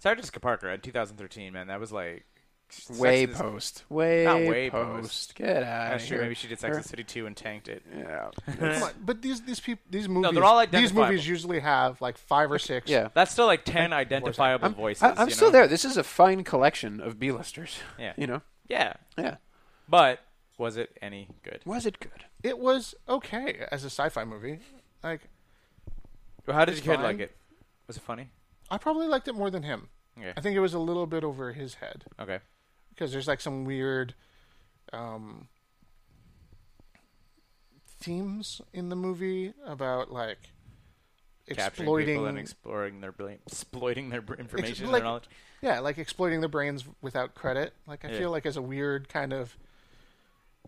C: Sarah Jessica Parker in 2013, man, that was like Sex
E: Way
C: and the-
E: post. Way,
C: Not way
E: post.
C: post.
E: Get out
C: Oh,
E: of
C: sure,
E: here.
C: maybe she did Sex and the City 2 and tanked it.
E: Yeah.
D: Come on, but these these people these movies
C: they're all
D: these
C: identifiable.
D: movies usually have like five or six.
E: yeah.
C: That's still like 10 identifiable
E: I'm,
C: voices.
E: I, am
C: you
E: still
C: know?
E: there. This is a fine collection of B-listers.
C: Yeah.
E: You know?
C: Yeah,
E: Yeah.
C: but was it any good?
E: Was it good?
D: it was okay as a sci-fi movie. Like
C: Well, How did
D: It's
C: your kid like
D: fine.
C: it? Was it funny?
D: I probably liked it more than him.
C: Okay.
D: I think it was a little bit over his head
C: Okay.
D: because there's like some weird um, themes in the movie about like
C: Capturing
D: exploiting,
C: people and exploring their brain, exploiting their br- information and
D: like-
C: their knowledge.
D: yeah, like exploiting the brains without credit. Like I
C: Yeah.
D: feel like as a weird kind of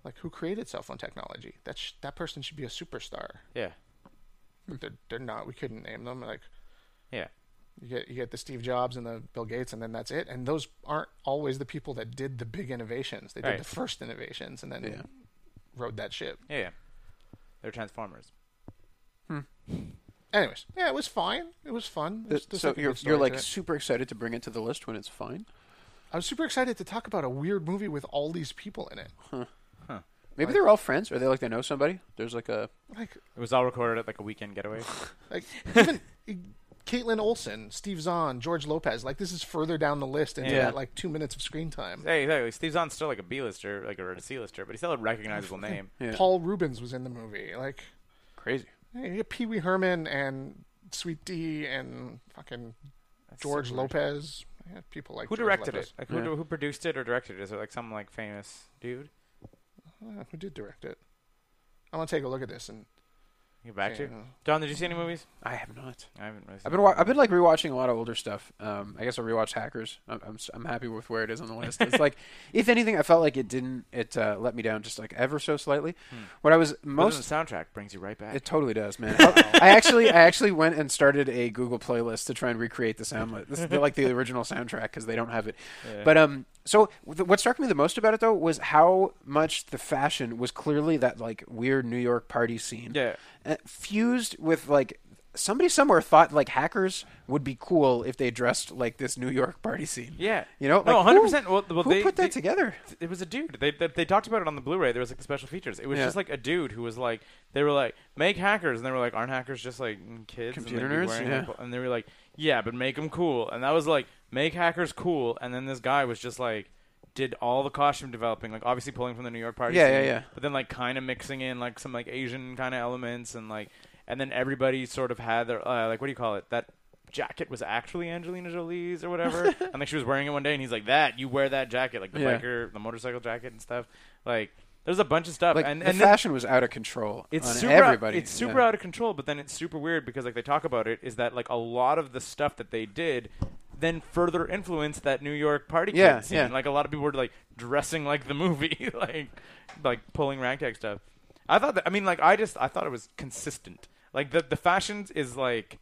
D: like who created cell phone technology? That sh- that person should be a superstar.
C: Yeah. Hmm.
D: But they're they're not. We couldn't name them. Like
C: Yeah.
D: You get you get the Steve Jobs and the Bill Gates, and then that's it. And those aren't always the people that did the big innovations. They did
C: Right.
D: the first innovations, and then
E: Yeah.
D: rode that ship.
C: Yeah. yeah. They're transformers.
D: Anyways, yeah, it was fine. It was fun. There's- there's
E: so
D: like a
E: you're,
D: good story
E: you're
D: to
E: like
D: it.
E: super excited to bring it to the list when it's fine?
D: I was super excited to talk about a weird movie with all these people in it.
E: Maybe they're all friends. Are they like they know somebody? There's like a
D: Like,
C: It was all recorded at like a weekend getaway.
D: like even eh, Caitlin Olsen, Steve Zahn, George Lopez. Like this is further down the list, and
C: Yeah.
D: that like two minutes of screen time.
C: hey, exactly. Steve Zahn's still like a B-lister, like or a C-lister, but he's still a recognizable name.
E: yeah.
D: Paul Rubens was in the movie. Like
E: crazy.
D: yeah, you get Pee Wee Herman and Sweet D and fucking
C: That's so
D: George
C: weird.
D: Lopez. Yeah, people like
C: Who
D: George
C: directed
D: Lopez.
C: it? Like who,
E: Yeah.
C: who produced it or directed it? Is it like some like famous dude?
D: Uh, who did direct it? I want to take a look at this and
C: Get back to you.
D: Yeah.
C: John. Did you see any movies?
E: I have not.
C: I haven't. Really seen
E: I've been wa- I've been like rewatching a lot of older stuff. Um, I guess I rewatched Hackers. I'm, I'm s- I'm happy with where it is on the list. It's like, if anything, I felt like it didn't it uh, let me down just like ever so slightly. Hmm. What I was
C: Most
E: most
C: the soundtrack brings you right back.
E: it totally does, man. Oh, I actually I actually went and started a Google playlist to try and recreate the sound li- this, like the original soundtrack because they don't have it. But um, so th- what struck me the most about it though was how much the fashion was clearly that like weird New York party scene
C: Yeah.
E: uh, fused with like somebody somewhere thought like hackers would be cool if they dressed like this New York party scene.
C: Yeah.
E: you know,
C: No,
E: like, who-
C: 100%. Well- well,
E: who
C: they-
E: put that
C: they-
E: together?
C: it was a dude. They, they they talked about it on the Blu-ray. There was like the special features. It was
E: Yeah.
C: just like a dude who was like they were like make hackers, and they were like aren't hackers just like mm, kids?
E: Computer
C: and they'd be
E: nerds?
C: wearing,
E: Yeah.
C: like, bl- and they were like yeah, but make them cool. And that was like make hackers cool. And then this guy was just like did all the costume developing, like obviously pulling from the New York party.
E: Yeah,
C: scene,
E: yeah, yeah.
C: But then like kind of mixing in like some like Asian kind of elements and like and then everybody sort of had their uh, like what do you call it that jacket was actually Angelina Jolie's or whatever. I think she was wearing it one day, and he's like, "That you wear that jacket, like the
E: Yeah.
C: biker, the motorcycle jacket and stuff." Like, there's a bunch of stuff,
E: Like
C: and
E: the
C: and then-
E: fashion was out of control.
C: it's
E: on
C: super
E: everybody.
C: it's super
E: yeah.
C: out of control but then it's super weird because like they talk about it is that like a lot of the stuff that they did then further influenced that New York party kid
E: Yeah,
C: scene.
E: yeah.
C: Like a lot of people were like dressing like the movie, like like pulling ragtag stuff. I thought that I mean like I just I thought it was consistent. Like the the fashions is like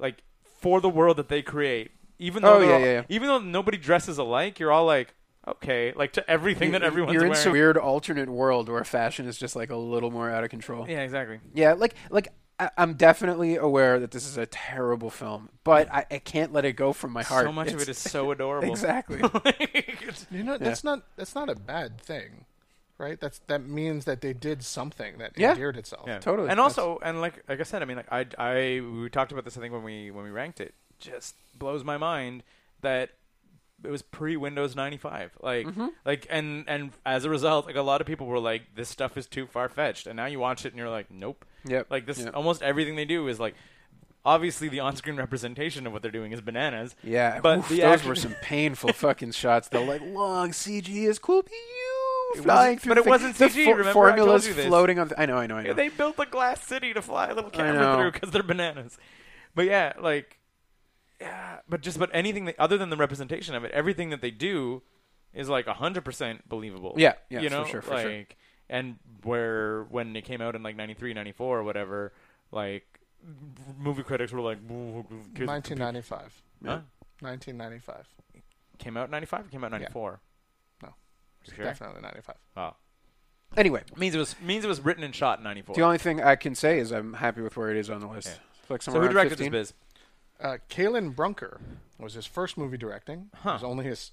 C: like for the world that they create. Even though
E: Oh,
C: they're
E: yeah,
C: all-
E: yeah, yeah.
C: even though nobody dresses alike, you're all like okay, like to everything that
E: You-
C: everyone's
E: You're in
C: wearing.
E: some weird alternate world where fashion is just like a little more out of control.
C: yeah, exactly.
E: Yeah, like like I, I'm definitely aware that this is a terrible film, but I, I can't let it go from my heart.
C: So much of it is so adorable.
E: exactly.
D: You know, that's not that's not a bad thing, right? That's that means that they did something that
E: Yeah.
D: endeared itself.
C: Yeah.
E: Totally.
C: And
E: That's-
C: also, and like like I said, I mean, like I, I we talked about this. I think when we when we ranked it, just blows my mind that it was pre Windows ninety five. Like
E: Mm-hmm.
C: like and and as a result, like a lot of people were like, this stuff is too far fetched. And now you watch it and you're like, nope.
E: Yep.
C: Like this,
E: Yep.
C: almost everything they do is like. Obviously, the on-screen representation of what they're doing is bananas.
E: Yeah,
C: but
E: oof,
C: the
E: those
C: action-
E: were some painful fucking shots. Though, like long CG is cool. Pew,
C: It
E: flying
C: wasn't-
E: through
C: but it
E: the thing.
C: wasn't
E: The
C: CG,
E: fo-
C: remember? I told
E: formulas
C: you this.
E: floating on. The, I know, I know, I know.
C: They built the glass city to fly a little camera
E: know.
C: through because they're bananas. But yeah, like, yeah. But just but anything that, other than the representation of it, everything that they do is like hundred percent believable.
E: Yeah, yeah,
C: you
E: for
C: know,
E: sure, for
C: like,
E: sure.
C: and where when it came out in like 93, 94 or whatever, like movie critics were like, "Ooh, kids-
D: 1995.
C: Huh?
D: 1995.
C: came out in ninety five, came out in ninety four.
D: No.
C: sure.
D: Definitely 95.
C: Wow.
E: anyway,
C: Means it was Oh. means it was written and shot in ninety four.
E: the only thing I can say is I'm happy with where it is on the list.
C: Yeah.
E: It's like
C: So
E: somewhere
C: who
E: around
C: directed
E: 15.
C: this biz?
D: Uh, Kalen Brunker was his first movie directing. It was only his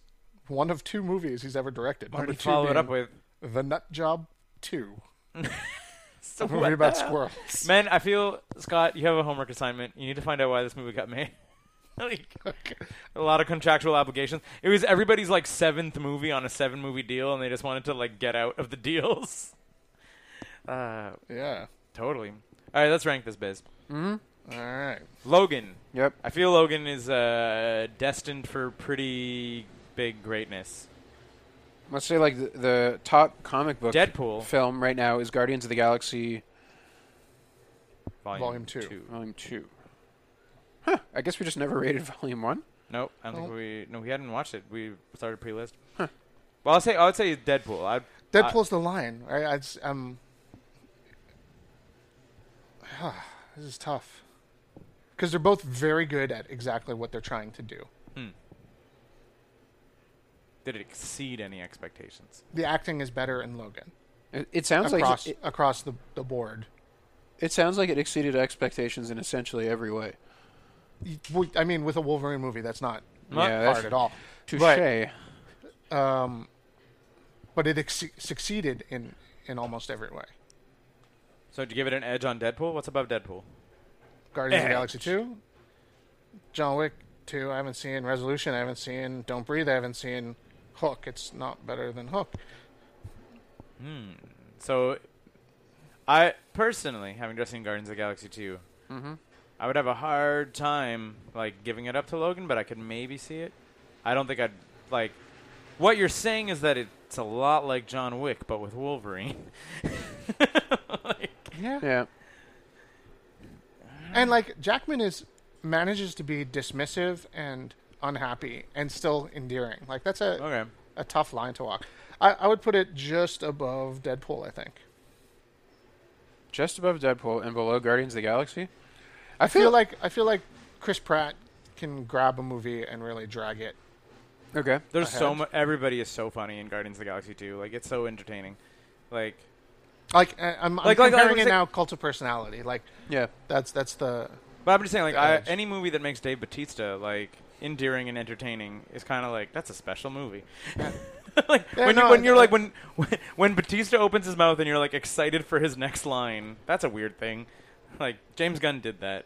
D: one of two movies he's ever directed.
C: What
D: Number
C: did he
D: two
C: follow it up
D: being
C: with?
D: The Nut Job 2.
C: So
D: A
C: what
D: movie about
C: the hell?
D: squirrels.
C: Man, I feel Scott, you have a homework assignment. You need to find out why this movie got made. like a lot of contractual obligations. It was everybody's like seventh movie on a seven movie deal, and they just wanted to like get out of the deals. Uh,
D: Yeah.
C: totally. All right, let's rank this biz.
D: All right.
C: Logan.
E: Yep.
C: I feel Logan is uh, destined for pretty big greatness.
E: Let's say like the, the top comic book
C: Deadpool.
E: film right now is Guardians of the Galaxy
C: Volume,
D: Volume two.
E: Volume Two. Huh. I guess we just never rated Volume One.
C: Nope. I don't think
D: Oh.
C: we. No, we hadn't watched it. We started pre-list. Well, I'll say. I would say Deadpool. I'd, I-
D: Deadpool's the lion, right? I just, um, this is tough because they're both very good at exactly what they're trying to do.
C: did it exceed any expectations?
D: The acting is better in Logan
E: It, it sounds
D: across
E: like it,
D: across the, the board.
E: it sounds like it exceeded expectations in essentially every way.
D: You- well, I mean, with a Wolverine movie, that's not
C: Not
E: yeah,
D: hard
E: that's
D: at all.
E: touche.
D: Um, but it ex- succeeded in in almost every way.
C: So did you give it an edge on Deadpool? What's above Deadpool? Edge.
D: Guardians of the Galaxy Two, John Wick Two. I haven't seen Resolution. I haven't seen Don't Breathe. I haven't seen Hook. It's not better than Hook.
C: So, I personally, having just seen Guardians of the Galaxy 2 I would have a hard time like giving it up to Logan, but I could maybe see it. I don't think I'd like. What you're saying is that it's a lot like John Wick, but with Wolverine. like,
D: Yeah.
E: Yeah.
D: And like Jackman is manages to be dismissive and unhappy and still endearing. Like that's a
C: okay.
D: a tough line to walk. I, I would put it just above Deadpool. I think.
E: Just above Deadpool and below Guardians of the Galaxy. I
D: I feel
E: feel like
D: like I feel like Chris Pratt can grab a movie and really drag it.
E: okay.
C: There's so
D: ahead.
C: much. Everybody is so funny in Guardians of the Galaxy 2. Like it's so entertaining. Like
D: Like I- I'm, I'm
C: Like- like- like
D: comparing
C: we
D: it
C: say-
D: now, Cult of Personality. Like
E: Yeah.
D: that's that's the
C: But I'm just saying, like, I,
D: Edge.
C: any movie that makes Dave Batista like endearing and entertaining is kind of like that's a special movie. like
D: Yeah,
C: when,
D: no,
C: you, when you're
D: I-
C: like when, when when Batista opens his mouth and you're like excited for his next line, that's a weird thing. Like James Gunn did that.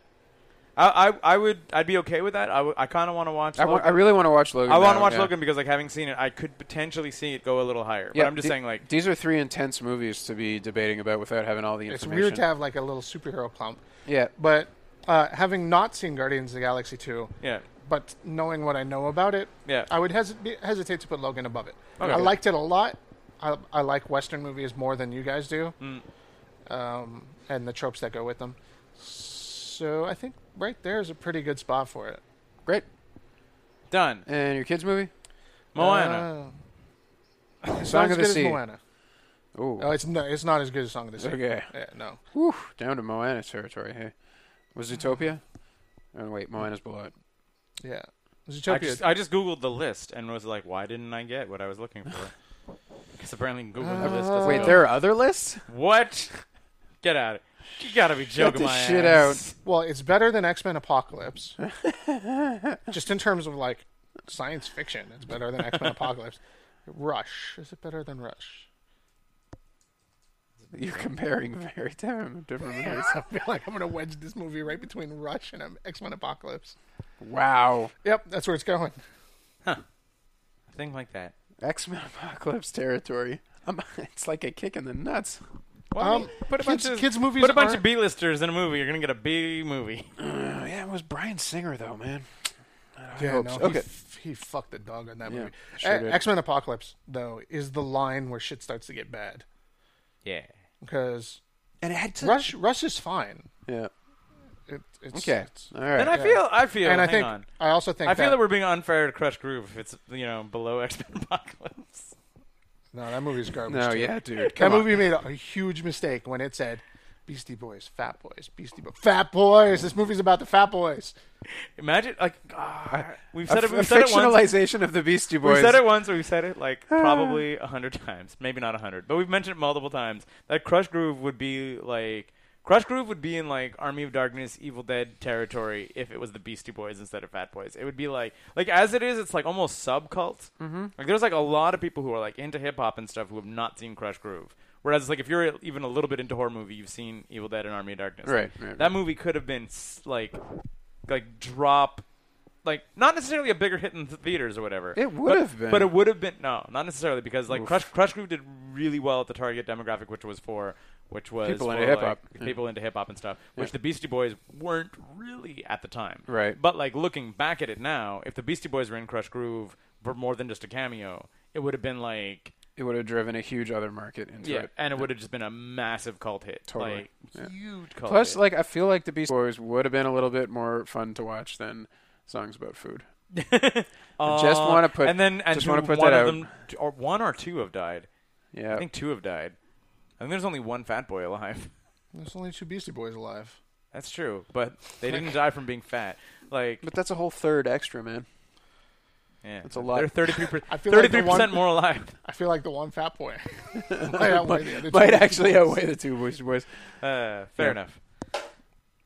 C: I I, I would I'd be okay with that. I, w- I kind of want to watch.
E: I, wa-
C: Logan.
E: I really want to watch Logan.
C: I want to
E: now,
C: watch
E: yeah.
C: Logan because like having seen it, I could potentially see it go a little higher.
E: Yeah,
C: but I'm just
E: the-
C: saying like
E: these are three intense movies to be debating about without having all the
D: it's
E: information.
D: weird to have like a little superhero clump,
E: yeah.
D: but uh, having not seen Guardians of the Galaxy 2,
C: Yeah.
D: but knowing what I know about it,
C: Yeah.
D: I would hesi- be- hesitate to put Logan above it.
C: Okay.
D: I liked it a lot. I, I like Western movies more than you guys do,
C: Mm.
D: um, and the tropes that go with them. So I think right there is a pretty good spot for it.
E: Great.
C: Done.
E: And your kids' movie?
C: Moana.
D: Uh, it's
E: Song
D: not as
E: of the
D: good as
E: Sea.
D: Moana.
E: Ooh.
D: No, it's no, it's not as good as Song of the Sea.
E: Okay.
D: Yeah, no.
E: Whew, down to Moana territory. Hey, was Zootopia? Oh wait, Moana's below it.
D: Yeah.
C: I
D: Zootopia.
E: uh,
C: just, I just googled the list and was like, why didn't I get what I was looking for? Because apparently
D: Uh,
C: googling the list doesn't
E: wait,
C: go.
E: there are other lists.
C: What? Get out of You gotta be joking
E: this
C: my
E: shit
C: ass.
D: well, it's better than X Men Apocalypse. just in terms of like science fiction, it's better than X Men Apocalypse. Rush is it better than Rush?
E: You're comparing very different, different movies.
D: I feel like I'm gonna wedge this movie right between Rush and X Men Apocalypse.
E: Wow,
D: Yep, that's where it's going.
C: Thing like that.
E: X Men Apocalypse territory. i it's like a kick in the nuts.
C: Well, I
D: Um,
C: mean, put a
D: kids-
C: bunch of
D: kids movies
C: Put a bunch of
D: aren't-
C: B-listers in a movie. You're gonna get a B movie.
E: Uh, yeah, it was Brian Singer though, man.
D: Yeah,
E: hope
D: no,
E: so.
D: he,
E: Okay.
D: f- he fucked the dog on that
E: Yeah,
D: movie.
E: sure did.
D: X Men Apocalypse though is the line where shit starts to get bad
C: Yeah.
D: because
E: And it had to.
D: Rush Rush is fine.
E: Yeah.
D: It, it's,
E: Okay.
D: it's-
E: All
C: And
E: right.
C: I feel, I feel,
D: and I
C: hang
D: think
C: on.
D: I also think
C: I feel
D: that
C: that we're being unfair to Crush Groove if it's, you know, below X-Men Apocalypse.
D: No, that movie's garbage.
E: No,
D: too.
E: yeah, dude.
D: That
E: Come on.
D: movie made a huge mistake when it said Beastie Boys, Fat Boys, Beastie Boys, Fat Boys. This movie's about the Fat Boys.
C: Imagine, like, ah, we've
E: A
C: said it,
E: f- Uh, a
C: we've said it once.
E: fictionalization of the Beastie
C: We've
E: Boys.
C: said it once, we've said it like probably a hundred times, maybe not a hundred, but we've mentioned it multiple times that Crush Groove would be like Crush Groove would be in like Army of Darkness, Evil Dead territory if it was the Beastie Boys instead of Fat Boys. It would be like like as it is, it's like almost subcult. Mm-hmm. Like there's like a lot of people who are like into hip hop and stuff who have not seen Crush Groove. Whereas like if you're even a little bit into horror movie, you've seen Evil Dead and Army of Darkness.
E: Right,
C: Like,
E: right,
C: That
E: right.
C: movie could have been s- like like drop like not necessarily a bigger hit in the theaters or whatever.
E: It would
C: but-
E: have been.
C: but it would have been no, not necessarily because like
E: Oof.
C: Crush Crush Groove did really well at the target demographic, which was for which was
E: People
C: for,
E: into hip-hop.
C: like,
E: Yeah.
C: people into hip hop and stuff, which
E: Yeah.
C: the Beastie Boys weren't really at the time.
E: Right.
C: But like looking back at it now, if the Beastie Boys were in Crush Groove for more than just a cameo, it would have been like
E: It would have driven a huge other market into
C: yeah,
E: it.
C: and it would have just been a massive cult hit,
E: Totally.
C: like
E: Yeah.
C: huge cult.
E: Plus,
C: hit.
E: like, I feel like the Beastie Boys would have been a little bit more fun to watch than songs about food. I just
C: Uh,
E: wanna put-
C: and then and
E: just
C: who-
E: wanna put
C: one
E: that
C: of
E: out.
C: them or one or two have died.
E: Yeah.
D: Oh.
C: I think two have died. I think there's only one fat boy alive.
D: There's only two Beastie Boys alive.
C: That's true, but they didn't die from being fat. Like,
E: but that's a whole third extra, man.
C: yeah,
E: that's a lot.
C: They're thirty-three percent.
D: I feel like the
C: Thirty-three percent
D: one-
C: more alive.
D: I feel like the one Fat Boy might outweigh the other two
E: Might
D: Beastie
E: actually
D: Boys.
E: outweigh the two Beastie Boys.
C: Uh, fair
E: Yeah.
C: enough.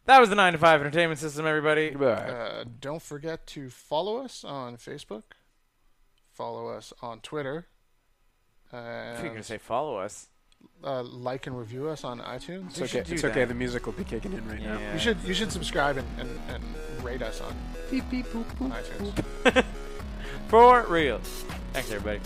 C: That was the nine to five entertainment system, everybody.
E: But
D: Uh, don't forget to follow us on Facebook. Follow us on Twitter.
C: If you're
D: Uh,
C: gonna say follow us,
D: uh, like and review us on iTunes.
E: it's okay.
C: should do
E: It's okay.
C: that.
E: The music will be kicking in right now.
D: You should you should subscribe and, and, and rate us on
E: Beep, beep, boop, boop.
D: iTunes.
C: for real. Thanks, everybody.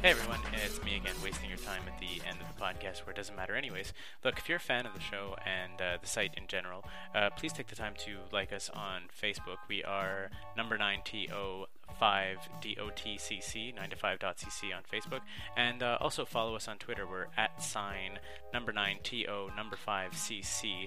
C: Hey everyone, it's me again, wasting your time at the end of the podcast where it doesn't matter anyways. Look, if you're a fan of the show and uh, the site in general, uh, please take the time to like us on Facebook. We are number 9TO5DOTCC, 9to5.cc on Facebook. And uh, also follow us on Twitter. We're at sign number 9TO number 5CC